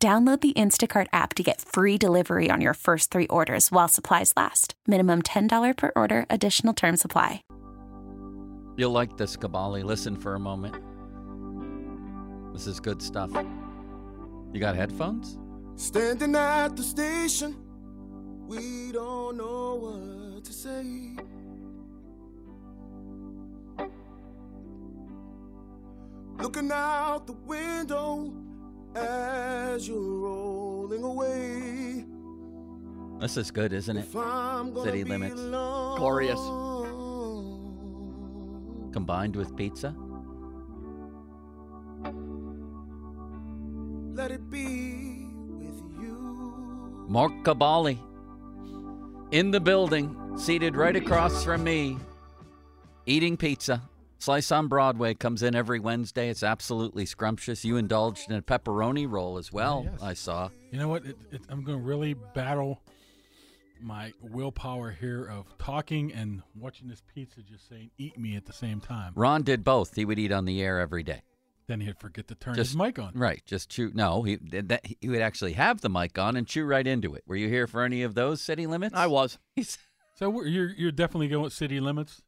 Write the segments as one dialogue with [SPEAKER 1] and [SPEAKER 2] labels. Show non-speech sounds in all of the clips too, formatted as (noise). [SPEAKER 1] Download the Instacart app to get free delivery on your first three orders while supplies last. Minimum $10 per order, additional term supply.
[SPEAKER 2] You'll like this, Kabali. Listen for a moment. This is good stuff. You got headphones?
[SPEAKER 3] Standing at the station, we don't know what to say. Looking out the window as you're rolling away.
[SPEAKER 2] This is good, isn't it?
[SPEAKER 3] If I'm gonna
[SPEAKER 2] City
[SPEAKER 3] be
[SPEAKER 2] limits.
[SPEAKER 3] alone.
[SPEAKER 4] Glorious.
[SPEAKER 2] Combined with pizza?
[SPEAKER 3] Let it be with you.
[SPEAKER 2] Mark Kabali in the building, seated right across from me, eating pizza. Slice on Broadway comes in every Wednesday. It's absolutely scrumptious. You indulged in a pepperoni roll as well,
[SPEAKER 5] Yes.
[SPEAKER 2] I saw.
[SPEAKER 5] You know what? It, it, I'm going to really battle my willpower here of talking and watching this pizza just saying "eat me" at the same time.
[SPEAKER 2] Ron did both. He would eat on the air every day.
[SPEAKER 5] Then he'd forget to turn
[SPEAKER 2] Just-
[SPEAKER 5] his mic on.
[SPEAKER 2] Right. Just chew. No, he, that, he would actually have the mic on and chew right into it. Were you here for any of those city limits? (laughs)
[SPEAKER 4] I was.
[SPEAKER 2] He's-
[SPEAKER 5] So we're, you're you're definitely going with city limits.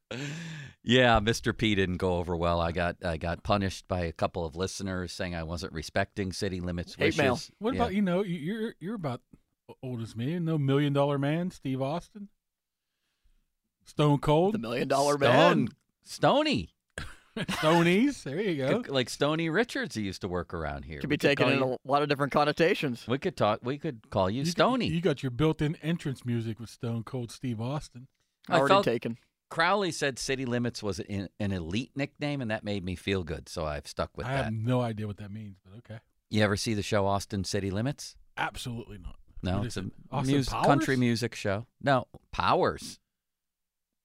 [SPEAKER 2] Yeah, Mr. P didn't go over well. I got I got punished by a couple of listeners saying I wasn't respecting city limits
[SPEAKER 4] Hate
[SPEAKER 2] wishes.
[SPEAKER 4] mail.
[SPEAKER 5] What
[SPEAKER 2] Yeah.
[SPEAKER 5] about you know you- you're you're about o- old as me and no million dollar man Steve Austin, Stone Cold,
[SPEAKER 4] The million dollar
[SPEAKER 2] Stone,
[SPEAKER 4] man.
[SPEAKER 2] Stony.
[SPEAKER 5] (laughs) Stonies. There you go.
[SPEAKER 2] Could- Like Stony Richards, he used to work around here.
[SPEAKER 4] Could
[SPEAKER 2] We
[SPEAKER 4] be taken
[SPEAKER 2] call
[SPEAKER 4] in
[SPEAKER 2] you-
[SPEAKER 4] a lot of different connotations.
[SPEAKER 2] We could talk. We could call you,
[SPEAKER 5] got-
[SPEAKER 2] Stony.
[SPEAKER 5] you got your built-in entrance music with Stone Cold Steve Austin.
[SPEAKER 2] I
[SPEAKER 4] Already
[SPEAKER 2] felt-
[SPEAKER 4] taken.
[SPEAKER 2] Crowley said city limits was an, an elite nickname, and that made me feel good. So I've stuck with
[SPEAKER 5] I
[SPEAKER 2] that.
[SPEAKER 5] have no idea what that means, but okay.
[SPEAKER 2] You ever see the show Austin City Limits?
[SPEAKER 5] Absolutely not.
[SPEAKER 2] No,
[SPEAKER 5] What
[SPEAKER 2] it's
[SPEAKER 5] is
[SPEAKER 2] a
[SPEAKER 5] it? Austin
[SPEAKER 2] mus-
[SPEAKER 5] Powers?
[SPEAKER 2] country music show. No, Powers.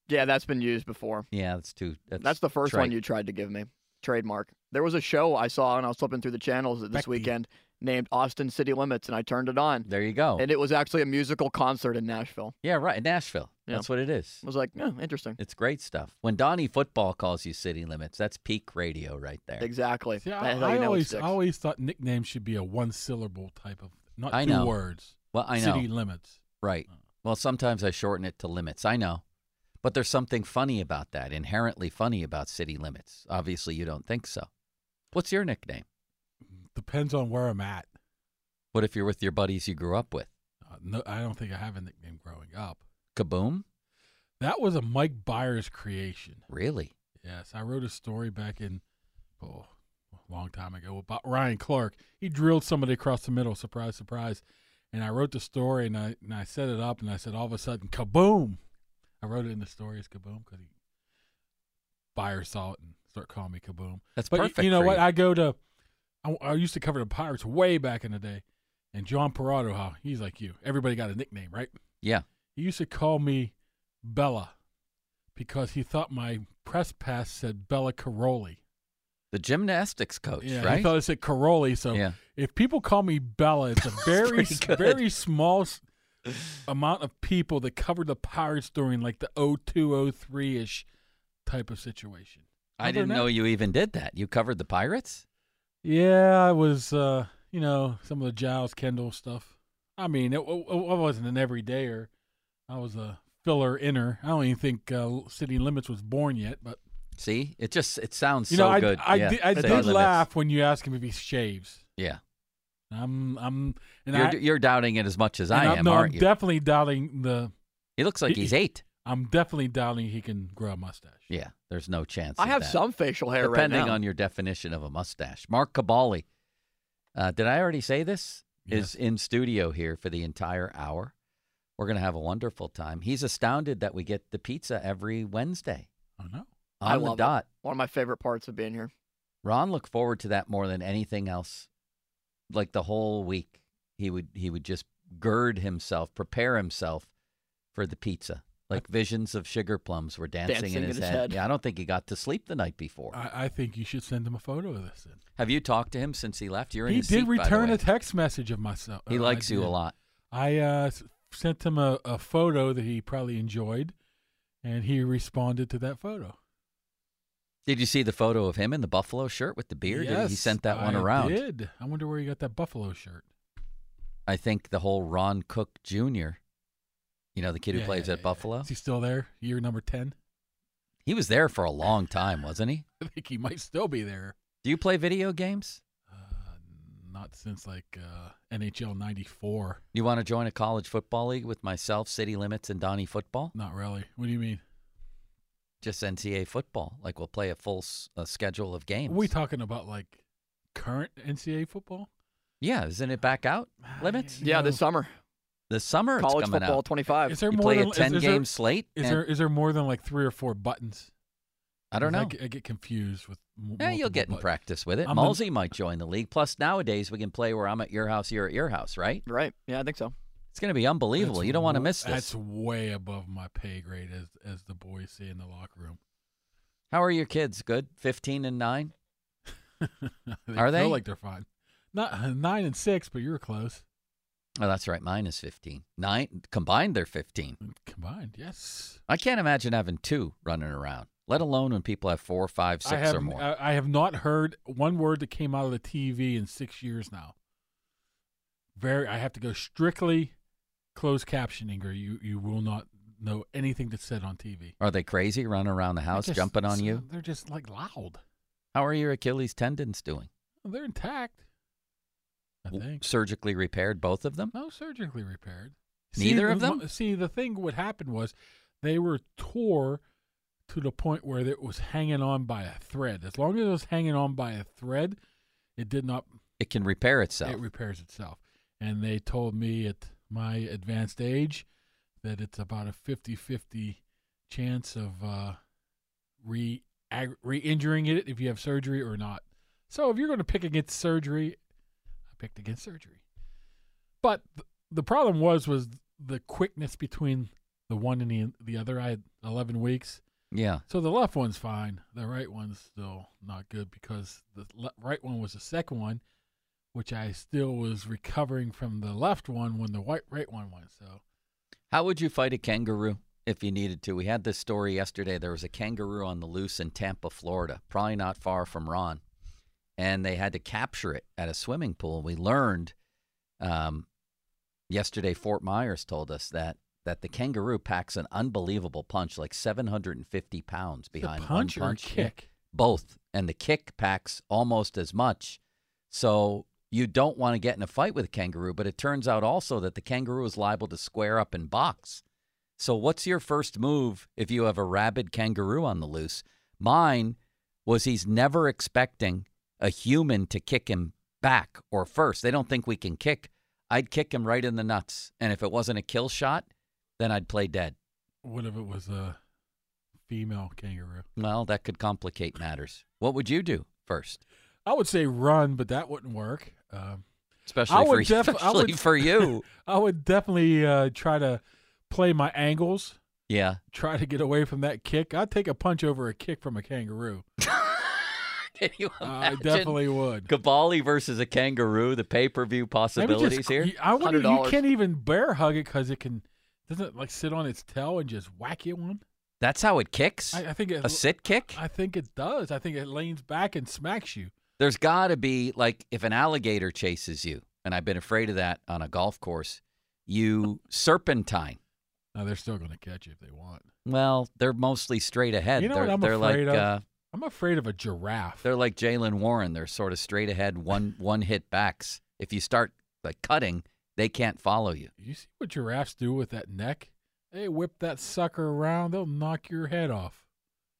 [SPEAKER 4] Yeah, that's been used before.
[SPEAKER 2] Yeah, that's too. That's,
[SPEAKER 4] That's the first
[SPEAKER 2] trite.
[SPEAKER 4] one you tried to give me. Trademark. There was a show I saw and I was flipping through the channels this
[SPEAKER 5] Becky.
[SPEAKER 4] weekend named Austin City Limits and I turned it on.
[SPEAKER 2] There you go.
[SPEAKER 4] And it was actually a musical concert in Nashville.
[SPEAKER 2] yeah, right. Nashville.
[SPEAKER 4] Yeah.
[SPEAKER 2] That's what it is.
[SPEAKER 4] I was like, yeah, interesting.
[SPEAKER 2] It's great stuff. When Donnie Football calls you city limits, that's peak radio right there.
[SPEAKER 4] Exactly.
[SPEAKER 5] See, I,
[SPEAKER 4] That's how
[SPEAKER 5] I
[SPEAKER 4] you know it
[SPEAKER 5] always, I
[SPEAKER 4] sticks.
[SPEAKER 5] always thought nicknames should be a one-syllable type of, not
[SPEAKER 2] I
[SPEAKER 5] two
[SPEAKER 2] know.
[SPEAKER 5] words.
[SPEAKER 2] Well, I know.
[SPEAKER 5] City limits.
[SPEAKER 4] uh.
[SPEAKER 2] right. Well, sometimes I shorten it to limits. I know. But there's something funny about that, inherently funny about city limits. Obviously, you don't think so. What's your nickname?
[SPEAKER 5] Depends on where I'm at.
[SPEAKER 2] What if you're with your buddies you grew up with?
[SPEAKER 5] Uh, no, I don't think I have a nickname growing up.
[SPEAKER 2] Kaboom?
[SPEAKER 5] That was a Mike Byers creation.
[SPEAKER 2] Really?
[SPEAKER 5] Yes, I wrote a story back in, oh, a long time ago about Ryan Clark. He drilled somebody across the middle. Surprise, surprise. And I wrote the story and I and I set it up and I said all of a sudden kaboom. I wrote it in the story as kaboom because he buyer saw it and start calling me kaboom.
[SPEAKER 2] That's
[SPEAKER 5] but y-
[SPEAKER 2] perfect
[SPEAKER 5] You know
[SPEAKER 2] for
[SPEAKER 5] what?
[SPEAKER 2] you.
[SPEAKER 5] I go to. I, I used to cover the Pirates way back in the day, and John Parado, how he's like you. Everybody got a nickname, right?
[SPEAKER 2] Yeah.
[SPEAKER 5] He used to call me Bella because he thought my press pass said Bella Caroli.
[SPEAKER 2] The gymnastics coach,
[SPEAKER 5] yeah,
[SPEAKER 2] right?
[SPEAKER 5] he thought it said Caroli. So
[SPEAKER 2] Yeah.
[SPEAKER 5] if people call me
[SPEAKER 2] (laughs)
[SPEAKER 5] Bella, it's a very,
[SPEAKER 2] pretty good.
[SPEAKER 5] very small s- amount of people that covered the Pirates during like the 0203 ish type of situation.
[SPEAKER 2] I
[SPEAKER 5] Other
[SPEAKER 2] didn't
[SPEAKER 5] than
[SPEAKER 2] know
[SPEAKER 5] that-
[SPEAKER 2] you even did that. You covered the Pirates?
[SPEAKER 5] Yeah, I was, uh, you know, some of the Giles Kendall stuff. I mean, it, it, it wasn't an everydayer. I was a filler inner. I don't even think uh, City Limits was born yet, but
[SPEAKER 2] See? It just it sounds
[SPEAKER 5] you
[SPEAKER 2] so
[SPEAKER 5] know, I,
[SPEAKER 2] good.
[SPEAKER 5] I,
[SPEAKER 2] yeah.
[SPEAKER 5] did, I
[SPEAKER 2] City
[SPEAKER 5] did
[SPEAKER 2] Limits.
[SPEAKER 5] laugh when you asked him if he shaves.
[SPEAKER 2] Yeah.
[SPEAKER 5] I'm, I'm, and
[SPEAKER 2] you're,
[SPEAKER 5] I,
[SPEAKER 2] you're doubting it as much as
[SPEAKER 5] and
[SPEAKER 2] I
[SPEAKER 5] I'm-
[SPEAKER 2] am,
[SPEAKER 5] no,
[SPEAKER 2] aren't
[SPEAKER 5] I'm
[SPEAKER 2] you?
[SPEAKER 5] definitely doubting the.
[SPEAKER 2] he looks like
[SPEAKER 5] He-
[SPEAKER 2] he's eight.
[SPEAKER 5] I'm definitely doubting he can grow a mustache.
[SPEAKER 2] Yeah, there's no chance.
[SPEAKER 4] I
[SPEAKER 2] of
[SPEAKER 4] have
[SPEAKER 2] that.
[SPEAKER 4] some facial hair
[SPEAKER 2] Depending
[SPEAKER 4] right now.
[SPEAKER 2] on your definition of a mustache. Mark Cabali, uh, did I already say this? Is
[SPEAKER 5] Yes.
[SPEAKER 2] in studio here for the entire hour. We're going to have a wonderful time. He's astounded that we get the pizza every Wednesday
[SPEAKER 5] I know.
[SPEAKER 2] on
[SPEAKER 4] I
[SPEAKER 2] the
[SPEAKER 4] love it.
[SPEAKER 2] dot.
[SPEAKER 4] One of my favorite parts of being here.
[SPEAKER 2] Ron looked forward to that more than anything else, like the whole week. he would he would just gird himself, prepare himself for the pizza.
[SPEAKER 5] (laughs)
[SPEAKER 2] Like visions of sugar plums were dancing,
[SPEAKER 4] Dancing
[SPEAKER 2] in his, head. Yeah, I don't think he got to sleep the night before.
[SPEAKER 5] I, I think you should send him a photo of this. Then.
[SPEAKER 2] Have you talked to him since he left? You're in
[SPEAKER 5] He
[SPEAKER 2] his
[SPEAKER 5] did
[SPEAKER 2] seat, by the
[SPEAKER 5] return
[SPEAKER 2] way.
[SPEAKER 5] a text message of myself.
[SPEAKER 2] He
[SPEAKER 5] uh, I
[SPEAKER 2] likes you a
[SPEAKER 5] did.
[SPEAKER 2] lot.
[SPEAKER 5] I uh, s- sent him a, a photo that he probably enjoyed, and he responded to that photo.
[SPEAKER 2] Did you see the photo of him in the buffalo shirt with the beard? he
[SPEAKER 5] Yes,
[SPEAKER 2] sent that one
[SPEAKER 5] I
[SPEAKER 2] around.
[SPEAKER 5] Did I wonder where he got that buffalo shirt?
[SPEAKER 2] I think the whole Ron Cook Jr. You know the kid who
[SPEAKER 5] Yeah,
[SPEAKER 2] plays
[SPEAKER 5] yeah,
[SPEAKER 2] at
[SPEAKER 5] yeah, yeah.
[SPEAKER 2] Buffalo.
[SPEAKER 5] Is he still there? Year number ten.
[SPEAKER 2] He was there for a long time, wasn't he?
[SPEAKER 5] (laughs) I think he might still be there.
[SPEAKER 2] Do you play video games?
[SPEAKER 5] Uh, not since like uh, NHL '94.
[SPEAKER 2] You want to join a college football league with myself, City Limits, and Donnie Football?
[SPEAKER 5] Not really. What do you mean?
[SPEAKER 2] Just NCAA football. Like we'll play a full s- uh schedule of games.
[SPEAKER 5] Are we talking about like current NCAA football?
[SPEAKER 2] yeah, isn't it back
[SPEAKER 4] (sighs)
[SPEAKER 2] out?
[SPEAKER 5] Ah,
[SPEAKER 2] Limits?
[SPEAKER 5] You
[SPEAKER 4] Yeah,
[SPEAKER 5] know,
[SPEAKER 4] this summer,
[SPEAKER 2] The summer
[SPEAKER 4] college
[SPEAKER 2] it's coming
[SPEAKER 4] football
[SPEAKER 2] out.
[SPEAKER 4] 25.
[SPEAKER 5] Is there
[SPEAKER 2] you
[SPEAKER 5] more
[SPEAKER 2] play
[SPEAKER 5] than
[SPEAKER 2] a 10
[SPEAKER 5] is, is
[SPEAKER 2] game
[SPEAKER 5] there,
[SPEAKER 2] slate?
[SPEAKER 5] Is
[SPEAKER 2] and-
[SPEAKER 5] there is there more than like three or four buttons?
[SPEAKER 2] I don't know.
[SPEAKER 5] I, get- I get confused with. m-
[SPEAKER 2] Yeah, you'll
[SPEAKER 5] multiple
[SPEAKER 2] get in
[SPEAKER 5] buttons.
[SPEAKER 2] practice with it.
[SPEAKER 5] I'm the-
[SPEAKER 2] Malsey might join the league. Plus, nowadays we can play where I'm at your house, you're at your house, right?
[SPEAKER 4] Right. Yeah, I think so.
[SPEAKER 2] It's going to be unbelievable.
[SPEAKER 5] That's
[SPEAKER 2] you don't want to
[SPEAKER 5] w-
[SPEAKER 2] miss this.
[SPEAKER 5] That's way above my pay grade, as as the boys say in the locker room. (laughs)
[SPEAKER 2] How are your kids? Good, fifteen and nine.
[SPEAKER 5] they
[SPEAKER 2] Are
[SPEAKER 5] feel
[SPEAKER 2] they?
[SPEAKER 5] like they're fine? Not nine and six, but you're close
[SPEAKER 2] Oh, that's right. Mine is fifteen. Nine combined, they're fifteen.
[SPEAKER 5] combined. Yes,
[SPEAKER 2] I can't imagine having two running around, let alone when people have four, five, six
[SPEAKER 5] I have.
[SPEAKER 2] or more.
[SPEAKER 5] I, I have not heard one word that came out of the TV in six years now. Very. I have to go strictly closed captioning, or you you will not know anything that's said on TV.
[SPEAKER 2] are they crazy running around the
[SPEAKER 5] I
[SPEAKER 2] house,
[SPEAKER 5] just-
[SPEAKER 2] jumping on
[SPEAKER 5] so-
[SPEAKER 2] you?
[SPEAKER 5] They're just like loud.
[SPEAKER 2] How are your Achilles tendons doing?
[SPEAKER 5] They're intact. I
[SPEAKER 2] W-
[SPEAKER 5] think.
[SPEAKER 2] Surgically repaired, both of them.
[SPEAKER 5] No, surgically repaired.
[SPEAKER 2] Neither
[SPEAKER 5] see,
[SPEAKER 2] of them?
[SPEAKER 5] mo- See, the thing what happened was they were tore to the point where it was hanging on by a thread. As long as it was hanging on by a thread, it did not.
[SPEAKER 2] It can repair itself.
[SPEAKER 5] It repairs itself. And they told me at my advanced age that it's about a 50-50 chance of uh, re ag- re-injuring it if you have surgery or not. So if you're going to pick against surgery, I picked against surgery. But th- the problem was was the quickness between the one and the the other. I had 11 weeks.
[SPEAKER 2] yeah.
[SPEAKER 5] So the left one's fine. The right one's still not good because the le- right one was the second one, which I still was recovering from the left one when the white right one went. So
[SPEAKER 2] How would you fight a kangaroo if you needed to? We had this story yesterday. There was a kangaroo on the loose in Tampa, Florida, probably not far from Ron, and they had to capture it at a swimming pool. We learned um, yesterday, Fort Myers told us that that the kangaroo packs an unbelievable punch, like 750 pounds
[SPEAKER 5] The
[SPEAKER 2] behind
[SPEAKER 5] punch
[SPEAKER 2] one
[SPEAKER 5] or
[SPEAKER 2] punch
[SPEAKER 5] kick.
[SPEAKER 2] both, and the kick packs almost as much. So you don't want to get in a fight with a kangaroo, but it turns out also that the kangaroo is liable to square up and box. So what's your first move if you have a rabid kangaroo on the loose? Mine was he's never expecting a human to kick him back or first. They don't think we can kick. I'd kick him right in the nuts, and if it wasn't a kill shot, then I'd play dead.
[SPEAKER 5] What if it was a female kangaroo?
[SPEAKER 2] Well, that could complicate matters. What would you do first?
[SPEAKER 5] I would say run, but that wouldn't work. Um,
[SPEAKER 2] especially
[SPEAKER 5] I
[SPEAKER 2] for
[SPEAKER 5] would def- I
[SPEAKER 2] especially
[SPEAKER 5] would-
[SPEAKER 2] for you.
[SPEAKER 5] I would definitely uh, try to play my angles,
[SPEAKER 2] Yeah,
[SPEAKER 5] try to get away from that kick. I'd take a punch over a kick from a kangaroo.
[SPEAKER 2] (laughs) can you (laughs)
[SPEAKER 5] I
[SPEAKER 2] imagine
[SPEAKER 5] definitely would.
[SPEAKER 2] Kabali versus a kangaroo? The pay per view
[SPEAKER 5] Maybe just-
[SPEAKER 2] possibilities here.
[SPEAKER 5] I wonder you
[SPEAKER 4] $100.
[SPEAKER 5] can't even bear hug it because it can doesn't it, like sit on its tail and just whack you one.
[SPEAKER 2] That's how it kicks.
[SPEAKER 5] I, I think it,
[SPEAKER 2] a sit kick.
[SPEAKER 5] I think it does. I think it leans back and smacks you.
[SPEAKER 2] There's got to be like if an alligator chases you, and I've been afraid of that on a golf course. You serpentine.
[SPEAKER 5] Now they're still going to catch you if they want.
[SPEAKER 2] Well, they're mostly straight ahead.
[SPEAKER 5] You know
[SPEAKER 2] they're
[SPEAKER 5] what I'm
[SPEAKER 2] they're
[SPEAKER 5] afraid
[SPEAKER 2] like
[SPEAKER 5] of?
[SPEAKER 2] uh,
[SPEAKER 5] I'm afraid of a giraffe.
[SPEAKER 2] they're like Jalen Warren. They're sort of straight ahead, one one hit backs. If you start like cutting, they can't follow you.
[SPEAKER 5] you see what giraffes do with that neck? They whip that sucker around. They'll knock your head off.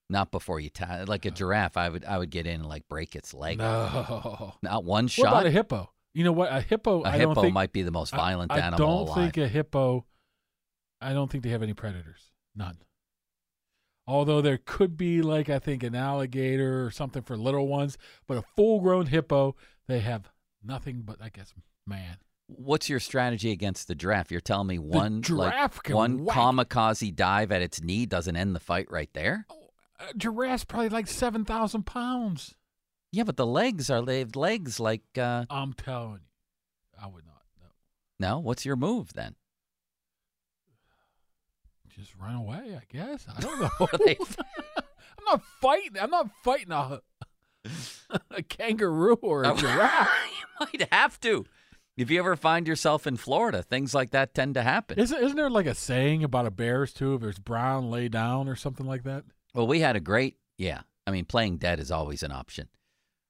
[SPEAKER 2] Not before you tie like a giraffe. I would I would get in and like break its leg.
[SPEAKER 5] no.
[SPEAKER 2] Not one
[SPEAKER 5] What
[SPEAKER 2] shot.
[SPEAKER 5] about a hippo? You know what? A hippo.
[SPEAKER 2] A
[SPEAKER 5] I
[SPEAKER 2] hippo
[SPEAKER 5] don't think,
[SPEAKER 2] might be the most
[SPEAKER 5] I-
[SPEAKER 2] violent
[SPEAKER 5] I,
[SPEAKER 2] animal
[SPEAKER 5] don't
[SPEAKER 2] alive.
[SPEAKER 5] think a hippo. I don't think they have any predators. None. Although there could be like I think an alligator or something for little ones, but a full-grown hippo they have nothing but I guess man.
[SPEAKER 2] What's your strategy against the giraffe? You're telling me one
[SPEAKER 5] giraffe
[SPEAKER 2] like
[SPEAKER 5] can
[SPEAKER 2] one
[SPEAKER 5] whack.
[SPEAKER 2] kamikaze dive at its knee doesn't end the fight right there?
[SPEAKER 5] Oh, A giraffe's probably like 7,000 pounds.
[SPEAKER 2] Yeah, but the legs are they have legs like uh
[SPEAKER 5] I'm telling you. I would not. No.
[SPEAKER 2] no, what's your move then?
[SPEAKER 5] Just run away, I guess. I don't know.
[SPEAKER 2] Are (laughs) they-
[SPEAKER 5] (laughs) I'm not fighting. I'm not fighting a, (laughs) a kangaroo or a
[SPEAKER 2] Oh.
[SPEAKER 5] giraffe.
[SPEAKER 2] (laughs) you might have to. If you ever find yourself in Florida, things like that tend to happen.
[SPEAKER 5] Isn't, isn't there like a saying about a bear's too? If it's brown, lay down or something like that?
[SPEAKER 2] Well, we had a great, yeah. I mean, playing dead is always an option.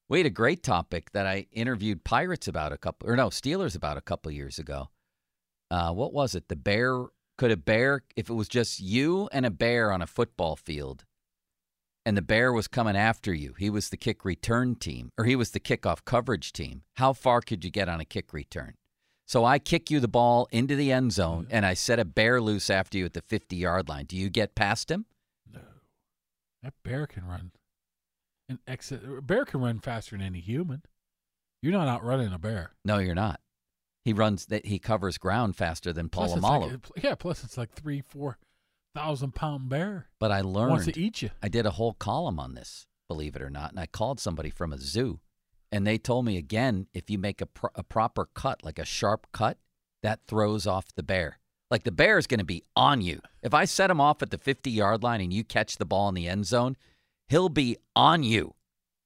[SPEAKER 2] We had a great topic that I interviewed Pirates about a couple, or no, Steelers about a couple years ago. Uh, what was it? The bear could a bear, if it was just you and a bear on a football field, and the bear was coming after you, he was the kick return team, or he was the kickoff coverage team. How far could you get on a kick return? So I kick you the ball into the end zone, and I set a bear loose after you at the 50 yard line. Do you get past him?
[SPEAKER 5] No. That bear can run. An exit. A bear can run faster than any human. You're not outrunning a bear.
[SPEAKER 2] No, you're not. He runs that he covers ground faster than
[SPEAKER 5] Plus it's
[SPEAKER 2] Palomalo.
[SPEAKER 5] Like, yeah, plus it's like three, four thousand pound bear.
[SPEAKER 2] but I
[SPEAKER 5] Wants to
[SPEAKER 2] learned
[SPEAKER 5] eat you.
[SPEAKER 2] I did a whole column on this, believe it or not, and I called somebody from a zoo, and they told me again if you make a, pro- a proper cut, like a sharp cut, that throws off the bear. Like the bear is going to be on you. If I set him off at the 50 yard line and you catch the ball in the end zone, he'll be on you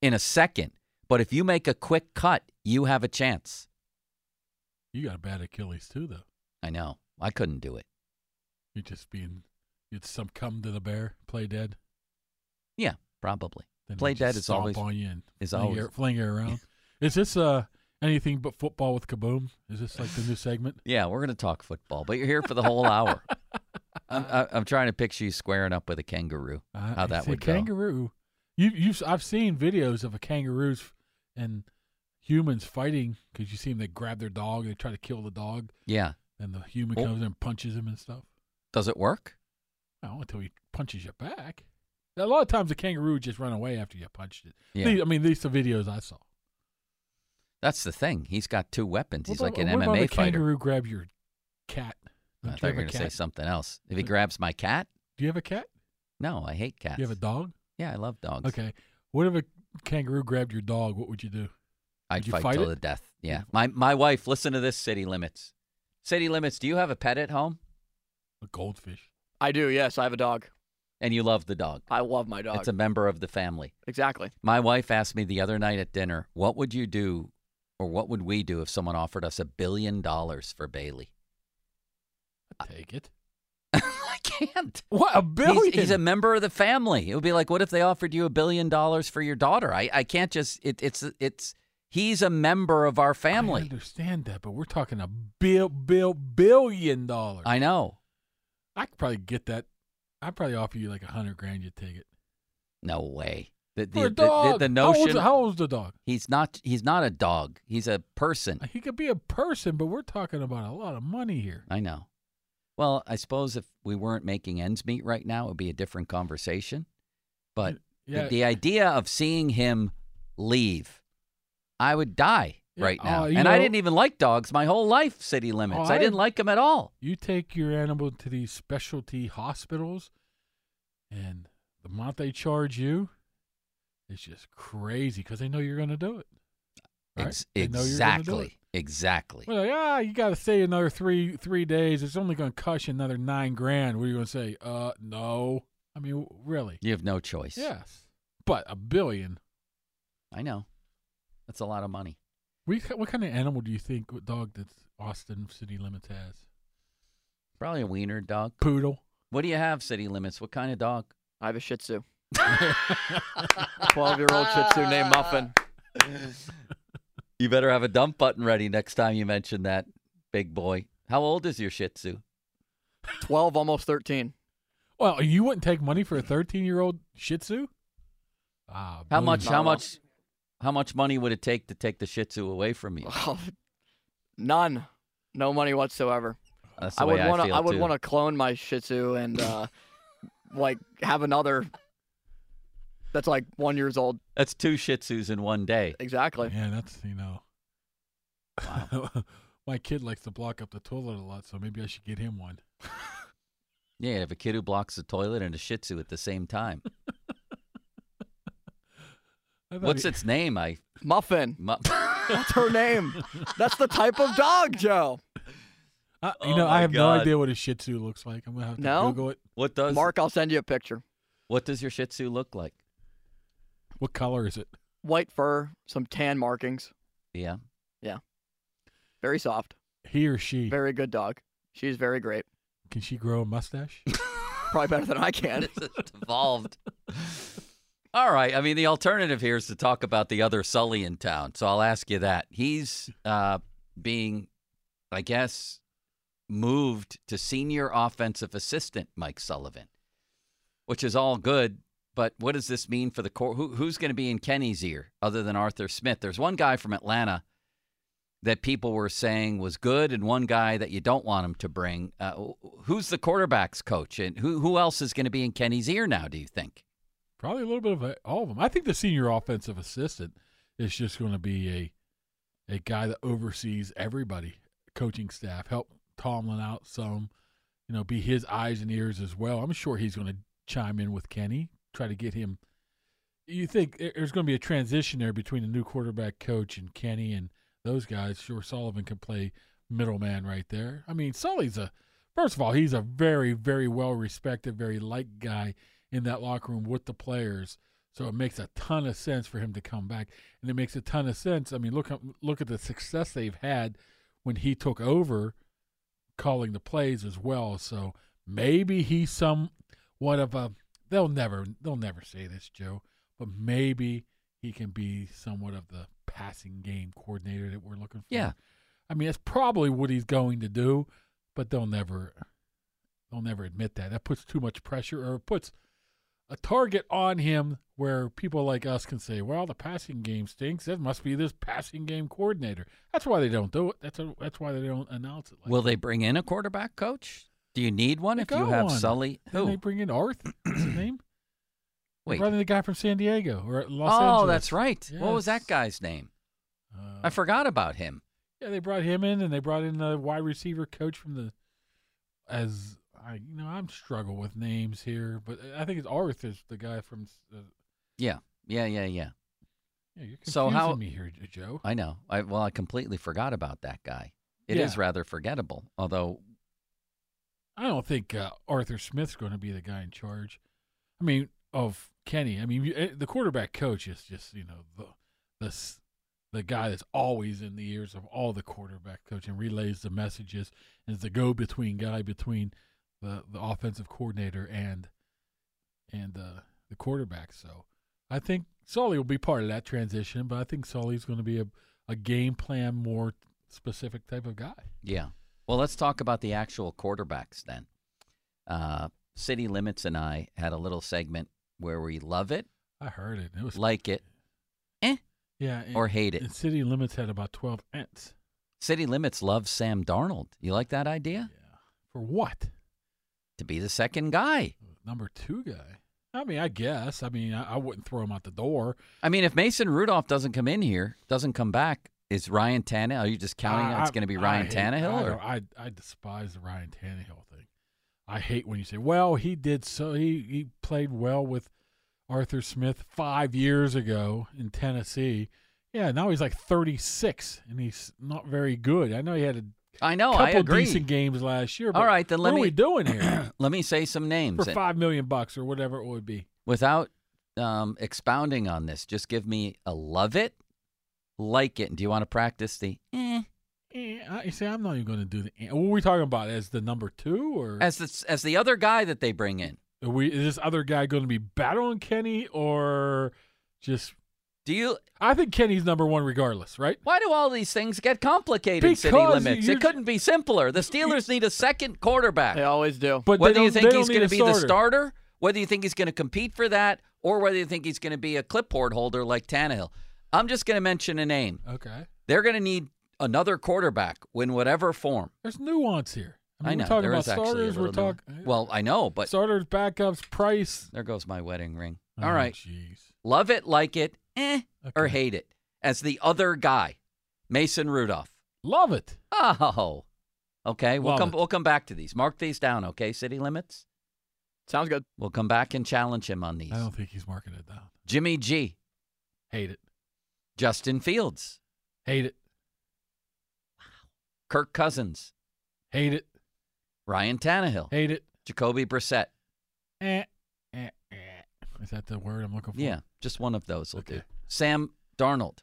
[SPEAKER 2] in a second. But if you make a quick cut, you have a chance.
[SPEAKER 5] You got a bad Achilles too, though.
[SPEAKER 2] I know. I couldn't do it.
[SPEAKER 5] You're just being, you'd succumb to the bear, play dead.
[SPEAKER 2] Yeah, probably.
[SPEAKER 5] Then they
[SPEAKER 2] Play
[SPEAKER 5] just
[SPEAKER 2] dead is
[SPEAKER 5] stomp
[SPEAKER 2] always
[SPEAKER 5] on you and
[SPEAKER 2] is
[SPEAKER 5] fling you-
[SPEAKER 2] always-
[SPEAKER 5] fling
[SPEAKER 2] (laughs)
[SPEAKER 5] you around. is this uh anything but football with Kaboom? Is this like the new segment?
[SPEAKER 2] Yeah, we're going to talk football, but you're here for the whole
[SPEAKER 5] (laughs)
[SPEAKER 2] hour. I'm, I- I'm trying to picture you squaring up with a kangaroo.
[SPEAKER 5] I-
[SPEAKER 2] how
[SPEAKER 5] I
[SPEAKER 2] that
[SPEAKER 5] say
[SPEAKER 2] would go.
[SPEAKER 5] kangaroo. You you I've seen videos of a kangaroos f- and humans fighting because you see them they grab their dog they try to kill the dog
[SPEAKER 2] Yeah.
[SPEAKER 5] and the human
[SPEAKER 2] Oh.
[SPEAKER 5] comes in and punches him and stuff.
[SPEAKER 2] Does it work?
[SPEAKER 5] No, until he punches you back. A lot of times the kangaroo would just run away after you punched it.
[SPEAKER 2] Yeah.
[SPEAKER 5] These- I mean, these are videos I saw.
[SPEAKER 2] That's the thing. He's got two weapons. He's
[SPEAKER 5] What
[SPEAKER 2] like an
[SPEAKER 5] about- what about
[SPEAKER 2] MMA
[SPEAKER 5] the
[SPEAKER 2] fighter.
[SPEAKER 5] kangaroo grab your cat?
[SPEAKER 2] I
[SPEAKER 5] Don't
[SPEAKER 2] thought you were
[SPEAKER 5] have a
[SPEAKER 2] going to say
[SPEAKER 5] cat?
[SPEAKER 2] something else. If he grabs my cat,
[SPEAKER 5] Do you have a cat?
[SPEAKER 2] no, I hate cats.
[SPEAKER 5] Do you have a dog?
[SPEAKER 2] yeah, I love dogs.
[SPEAKER 5] Okay. What if a kangaroo grabbed your dog? What would you do?
[SPEAKER 2] I'd
[SPEAKER 5] Would you
[SPEAKER 2] fight,
[SPEAKER 5] fight
[SPEAKER 2] till
[SPEAKER 5] it?
[SPEAKER 2] the death. Yeah. My, my wife, listen to this city limits. City limits, do you have a pet at home?
[SPEAKER 5] A goldfish.
[SPEAKER 4] I do. Yes, I have a dog.
[SPEAKER 2] And you love the dog.
[SPEAKER 4] I love my dog.
[SPEAKER 2] It's a member of the family.
[SPEAKER 4] exactly.
[SPEAKER 2] My wife asked me the other night at dinner, what would you do or what would we do if someone offered us a billion dollars for Bailey? (laughs)
[SPEAKER 5] I'd take it.
[SPEAKER 2] I can't.
[SPEAKER 5] What a
[SPEAKER 2] He's-
[SPEAKER 5] billion?
[SPEAKER 2] He's, a member of the family. It would be like, what if they offered you a billion dollars for your daughter? I, I can't just, it, it's, it's, he's a member of our
[SPEAKER 5] I
[SPEAKER 2] family.
[SPEAKER 5] understand that, but we're talking a bill, bill, billion dollars.
[SPEAKER 2] I know.
[SPEAKER 5] I could probably get that. I'd probably offer you like a hundred grand. You take it.
[SPEAKER 2] No way. The, the,
[SPEAKER 5] For
[SPEAKER 2] the-
[SPEAKER 5] a
[SPEAKER 2] the-
[SPEAKER 5] dog.
[SPEAKER 2] the
[SPEAKER 5] How
[SPEAKER 2] notion,
[SPEAKER 5] old's, how old's the dog?
[SPEAKER 2] he's not, he's not a dog. He's a person.
[SPEAKER 5] He could be a person, but we're talking about a lot of money here.
[SPEAKER 2] I know. Well, I suppose if we weren't making ends meet right now, it would be a different conversation. But the-
[SPEAKER 5] Yeah.
[SPEAKER 2] the, idea of seeing him leave, I would die
[SPEAKER 5] Yeah,
[SPEAKER 2] right now.
[SPEAKER 5] uh, you
[SPEAKER 2] and I
[SPEAKER 5] know-
[SPEAKER 2] didn't even like dogs my whole life, city limits.
[SPEAKER 5] Oh,
[SPEAKER 2] I,
[SPEAKER 5] I-
[SPEAKER 2] didn't like them at all.
[SPEAKER 5] You take your animal to these specialty hospitals, and the amount they charge you is just crazy because they know you're going to do it. Right?
[SPEAKER 2] Ex-
[SPEAKER 5] They know you're gonna do
[SPEAKER 2] exactly. Exactly.
[SPEAKER 5] it. Well, like, ah, you got to stay another three three days. It's only going to cost you another nine grand. What are you going to say? Uh, no. I mean, w- really?
[SPEAKER 2] You have no choice.
[SPEAKER 5] Yes, but a billion.
[SPEAKER 2] I know. That's a lot of money.
[SPEAKER 5] We what kind of animal do you think what dog that Austin city limits has?
[SPEAKER 2] Probably a wiener dog.
[SPEAKER 5] Poodle.
[SPEAKER 2] What do you have, city limits? What kind of dog?
[SPEAKER 4] I have a
[SPEAKER 2] (laughs)
[SPEAKER 4] Shih Tzu. Twelve-year-old Shih Tzu named Muffin.
[SPEAKER 2] You better have a dump button ready next time you mention that, big boy. How old is your Shih Tzu?
[SPEAKER 4] Twelve, almost thirteen.
[SPEAKER 5] Well, you wouldn't take money for a 13 year old Shih Tzu? Ah,
[SPEAKER 2] How
[SPEAKER 5] boo.
[SPEAKER 2] much?
[SPEAKER 4] Not
[SPEAKER 2] How
[SPEAKER 4] well.
[SPEAKER 2] much? How much money would it take to take the Shih Tzu away from
[SPEAKER 5] (sighs)
[SPEAKER 2] you?
[SPEAKER 4] (laughs) None. No money whatsoever.
[SPEAKER 2] That's the
[SPEAKER 4] I
[SPEAKER 2] way
[SPEAKER 4] would want to.
[SPEAKER 2] feel
[SPEAKER 4] I would
[SPEAKER 2] too.
[SPEAKER 4] want to clone my Shih Tzu and
[SPEAKER 2] (laughs)
[SPEAKER 4] uh, like have another that's like one years old.
[SPEAKER 2] That's two Shih Tzus in one day.
[SPEAKER 4] Exactly.
[SPEAKER 5] Yeah, that's you know. (laughs) My kid likes to block up the toilet a lot, so maybe I should get him one.
[SPEAKER 2] Yeah, you have a kid who blocks the toilet and a Shih Tzu at the same (laughs) time.
[SPEAKER 5] I thought
[SPEAKER 2] What's
[SPEAKER 5] he-
[SPEAKER 2] its name? I
[SPEAKER 4] Muffin.
[SPEAKER 2] mu-
[SPEAKER 4] That's her name. That's the type of dog, Joe.
[SPEAKER 5] I, you
[SPEAKER 2] Oh
[SPEAKER 5] know,
[SPEAKER 2] my
[SPEAKER 5] I have
[SPEAKER 2] God.
[SPEAKER 5] no idea what a Shih Tzu looks like. I'm gonna have to
[SPEAKER 4] No?
[SPEAKER 5] Google it.
[SPEAKER 2] (laughs) what does
[SPEAKER 4] Mark, I'll send you a picture.
[SPEAKER 2] what does your Shih Tzu look like?
[SPEAKER 5] What color is it?
[SPEAKER 4] White fur, some tan markings.
[SPEAKER 2] Yeah,
[SPEAKER 4] Very soft.
[SPEAKER 5] He or she?
[SPEAKER 4] Very good dog. She's very great.
[SPEAKER 5] Can she grow a mustache? (laughs)
[SPEAKER 4] Probably better than I can.
[SPEAKER 2] (laughs) this is evolved. All right. I mean, the alternative here is to talk about the other Sully in town. So I'll ask you that. He's uh, being, I guess, moved to senior offensive assistant Mike Sullivan, which is all good. But what does this mean for the core? Who, who's going to be in Kenny's ear other than Arthur Smith? There's one guy from Atlanta that people were saying was good, and one guy that you don't want him to bring. Uh, wh- who's the quarterbacks coach, and who who else is going to be in Kenny's ear now? Do you think?
[SPEAKER 5] Probably a little bit of a, all of them. I think the senior offensive assistant is just going to be a a guy that oversees everybody, coaching staff, help Tomlin out some, you know, be his eyes and ears as well. I'm sure he's going to chime in with Kenny, try to get him. You think there- there's going to be a transition there between the new quarterback coach and Kenny and those guys? Sure, Sullivan can play middleman right there. I mean, Sully's a first of all, he's a very, very well respected, very liked guy in that locker room with the players. So it makes a ton of sense for him to come back, and it makes a ton of sense. I mean, look at- look at the success they've had when he took over, calling the plays as well. So maybe he's somewhat of a. They'll never they'll never say this, Joe, but maybe he can be somewhat of the passing game coordinator that we're looking for.
[SPEAKER 2] Yeah.
[SPEAKER 5] I mean, that's probably what he's going to do, but they'll never they'll never admit that. That puts too much pressure or it puts a target on him where people like us can say, "Well, the passing game stinks. That must be this passing game coordinator." That's why they don't do it. That's a, that's why they don't announce it. Like
[SPEAKER 2] Will they bring in a quarterback coach? Do you need one
[SPEAKER 5] They
[SPEAKER 2] if you
[SPEAKER 5] got
[SPEAKER 2] have
[SPEAKER 5] one.
[SPEAKER 2] Sully?
[SPEAKER 5] Then they
[SPEAKER 2] Who?
[SPEAKER 5] bring in Arthur. What's his name?
[SPEAKER 2] (clears throat)
[SPEAKER 5] They
[SPEAKER 2] Wait.
[SPEAKER 5] brought in the guy from San Diego or Los Angeles.
[SPEAKER 2] oh, that's right. What was that
[SPEAKER 5] Yes.
[SPEAKER 2] guy's name?
[SPEAKER 5] Uh,
[SPEAKER 2] I forgot about him.
[SPEAKER 5] Yeah, they brought him in, and they brought in the wide receiver coach from the. As I, you know, I'm struggle with names here, but I think it's Arth is the guy from. Uh,
[SPEAKER 2] Yeah. Yeah. Yeah. Yeah.
[SPEAKER 5] yeah, you're confusing
[SPEAKER 2] So how-
[SPEAKER 5] me here, J- Joe.
[SPEAKER 2] I know. I well, I completely forgot about that guy. It is
[SPEAKER 5] Yeah.
[SPEAKER 2] rather forgettable, although
[SPEAKER 5] I don't think uh, Arthur Smith's going to be the guy in charge. I mean, of Kenny. I mean, you, eh, the quarterback coach is just you know the the s- the guy that's always in the ears of all the quarterback coach and relays the messages and is the go between guy between the the offensive coordinator and and uh, the quarterback. So I think Sully will be part of that transition, but I think Sully's going to be a a game plan more specific type of guy.
[SPEAKER 2] Yeah. Well, let's talk about the actual quarterbacks then. Uh, City Limits and I had a little segment where we love it,
[SPEAKER 5] I heard it. It was
[SPEAKER 2] like it,
[SPEAKER 5] Yeah, and-
[SPEAKER 2] or hate it.
[SPEAKER 5] And City Limits had about 12 ants.
[SPEAKER 2] City Limits loves Sam Darnold. You like that idea?
[SPEAKER 5] For what?
[SPEAKER 2] To be the second guy.
[SPEAKER 5] Number two guy. I mean, I guess. I mean, I, I wouldn't throw him out the door.
[SPEAKER 2] I mean, if Mason Rudolph doesn't come in here, doesn't come back, is Ryan Tannehill? Are you just counting on
[SPEAKER 5] I-
[SPEAKER 2] it's going to be
[SPEAKER 5] I-
[SPEAKER 2] Ryan
[SPEAKER 5] I hate-
[SPEAKER 2] Tannehill?
[SPEAKER 5] I,
[SPEAKER 2] Or?
[SPEAKER 5] don't- I, I despise the Ryan Tannehill thing. I hate when you say, well, he did so. He, he played well with Arthur Smith five years ago in Tennessee. Yeah, now he's like 36 and he's not very good. I know he had a
[SPEAKER 2] I know. Oh, I
[SPEAKER 5] couple
[SPEAKER 2] agree.
[SPEAKER 5] decent games last year. But
[SPEAKER 2] All right, then
[SPEAKER 5] what
[SPEAKER 2] let
[SPEAKER 5] are
[SPEAKER 2] me
[SPEAKER 5] we
[SPEAKER 2] (clears throat)
[SPEAKER 5] doing here?
[SPEAKER 2] let me say some names
[SPEAKER 5] For
[SPEAKER 2] and-
[SPEAKER 5] five million bucks or whatever it would be.
[SPEAKER 2] without um, expounding on this. Just give me a love it, like it. And do you want to practice the eh,
[SPEAKER 5] Eh, I- you see, I'm not even going to do the. eh. What are we talking about? As the number two, or
[SPEAKER 2] as the as the other guy that they bring in.
[SPEAKER 5] are we? Is this other guy going to be battling Kenny, or just?
[SPEAKER 2] Do you?
[SPEAKER 5] I think Kenny's number one, regardless, right?
[SPEAKER 2] Why do all these things get complicated? city
[SPEAKER 5] Because
[SPEAKER 2] limits.
[SPEAKER 5] you-
[SPEAKER 2] It couldn't be simpler. The Steelers need a second quarterback.
[SPEAKER 4] They always do.
[SPEAKER 5] But they
[SPEAKER 2] whether you
[SPEAKER 5] don't-
[SPEAKER 2] think
[SPEAKER 5] they
[SPEAKER 2] he's
[SPEAKER 5] don't need
[SPEAKER 2] going to
[SPEAKER 5] a
[SPEAKER 2] be the starter, whether you think he's going to compete for that, or whether you think he's going to be a clipboard holder like Tannehill. I'm just going to mention a name.
[SPEAKER 5] Okay,
[SPEAKER 2] They're going to need another quarterback in whatever form.
[SPEAKER 5] there's nuance here. I, mean,
[SPEAKER 2] know
[SPEAKER 5] we're talking
[SPEAKER 2] there
[SPEAKER 5] about
[SPEAKER 2] is actually a
[SPEAKER 5] starters. We're
[SPEAKER 2] little
[SPEAKER 5] talking
[SPEAKER 2] nuance. Well, I know, but
[SPEAKER 5] starters, backups, price.
[SPEAKER 2] there goes my wedding ring.
[SPEAKER 5] Oh,
[SPEAKER 2] All right,
[SPEAKER 5] jeez.
[SPEAKER 2] love it, like it, eh, or
[SPEAKER 5] Okay.
[SPEAKER 2] hate it. As the other guy, Mason Rudolph.
[SPEAKER 5] Love it.
[SPEAKER 2] Oh, okay. We'll
[SPEAKER 5] Love
[SPEAKER 2] come.
[SPEAKER 5] it.
[SPEAKER 2] We'll come back to these. Mark these down, okay? City limits.
[SPEAKER 4] Sounds good.
[SPEAKER 2] We'll come back and challenge him on these.
[SPEAKER 5] I don't think he's marking it down.
[SPEAKER 2] Jimmy G,
[SPEAKER 5] Hate it.
[SPEAKER 2] Justin Fields,
[SPEAKER 5] Hate it.
[SPEAKER 2] Kirk Cousins,
[SPEAKER 5] Hate it.
[SPEAKER 2] Ryan Tannehill,
[SPEAKER 5] Hate it.
[SPEAKER 2] Jacoby Brissett.
[SPEAKER 5] Eh, eh, eh. Is that the word I'm looking for?
[SPEAKER 2] Yeah, just one of those will do.
[SPEAKER 5] Okay.
[SPEAKER 2] Sam Darnold,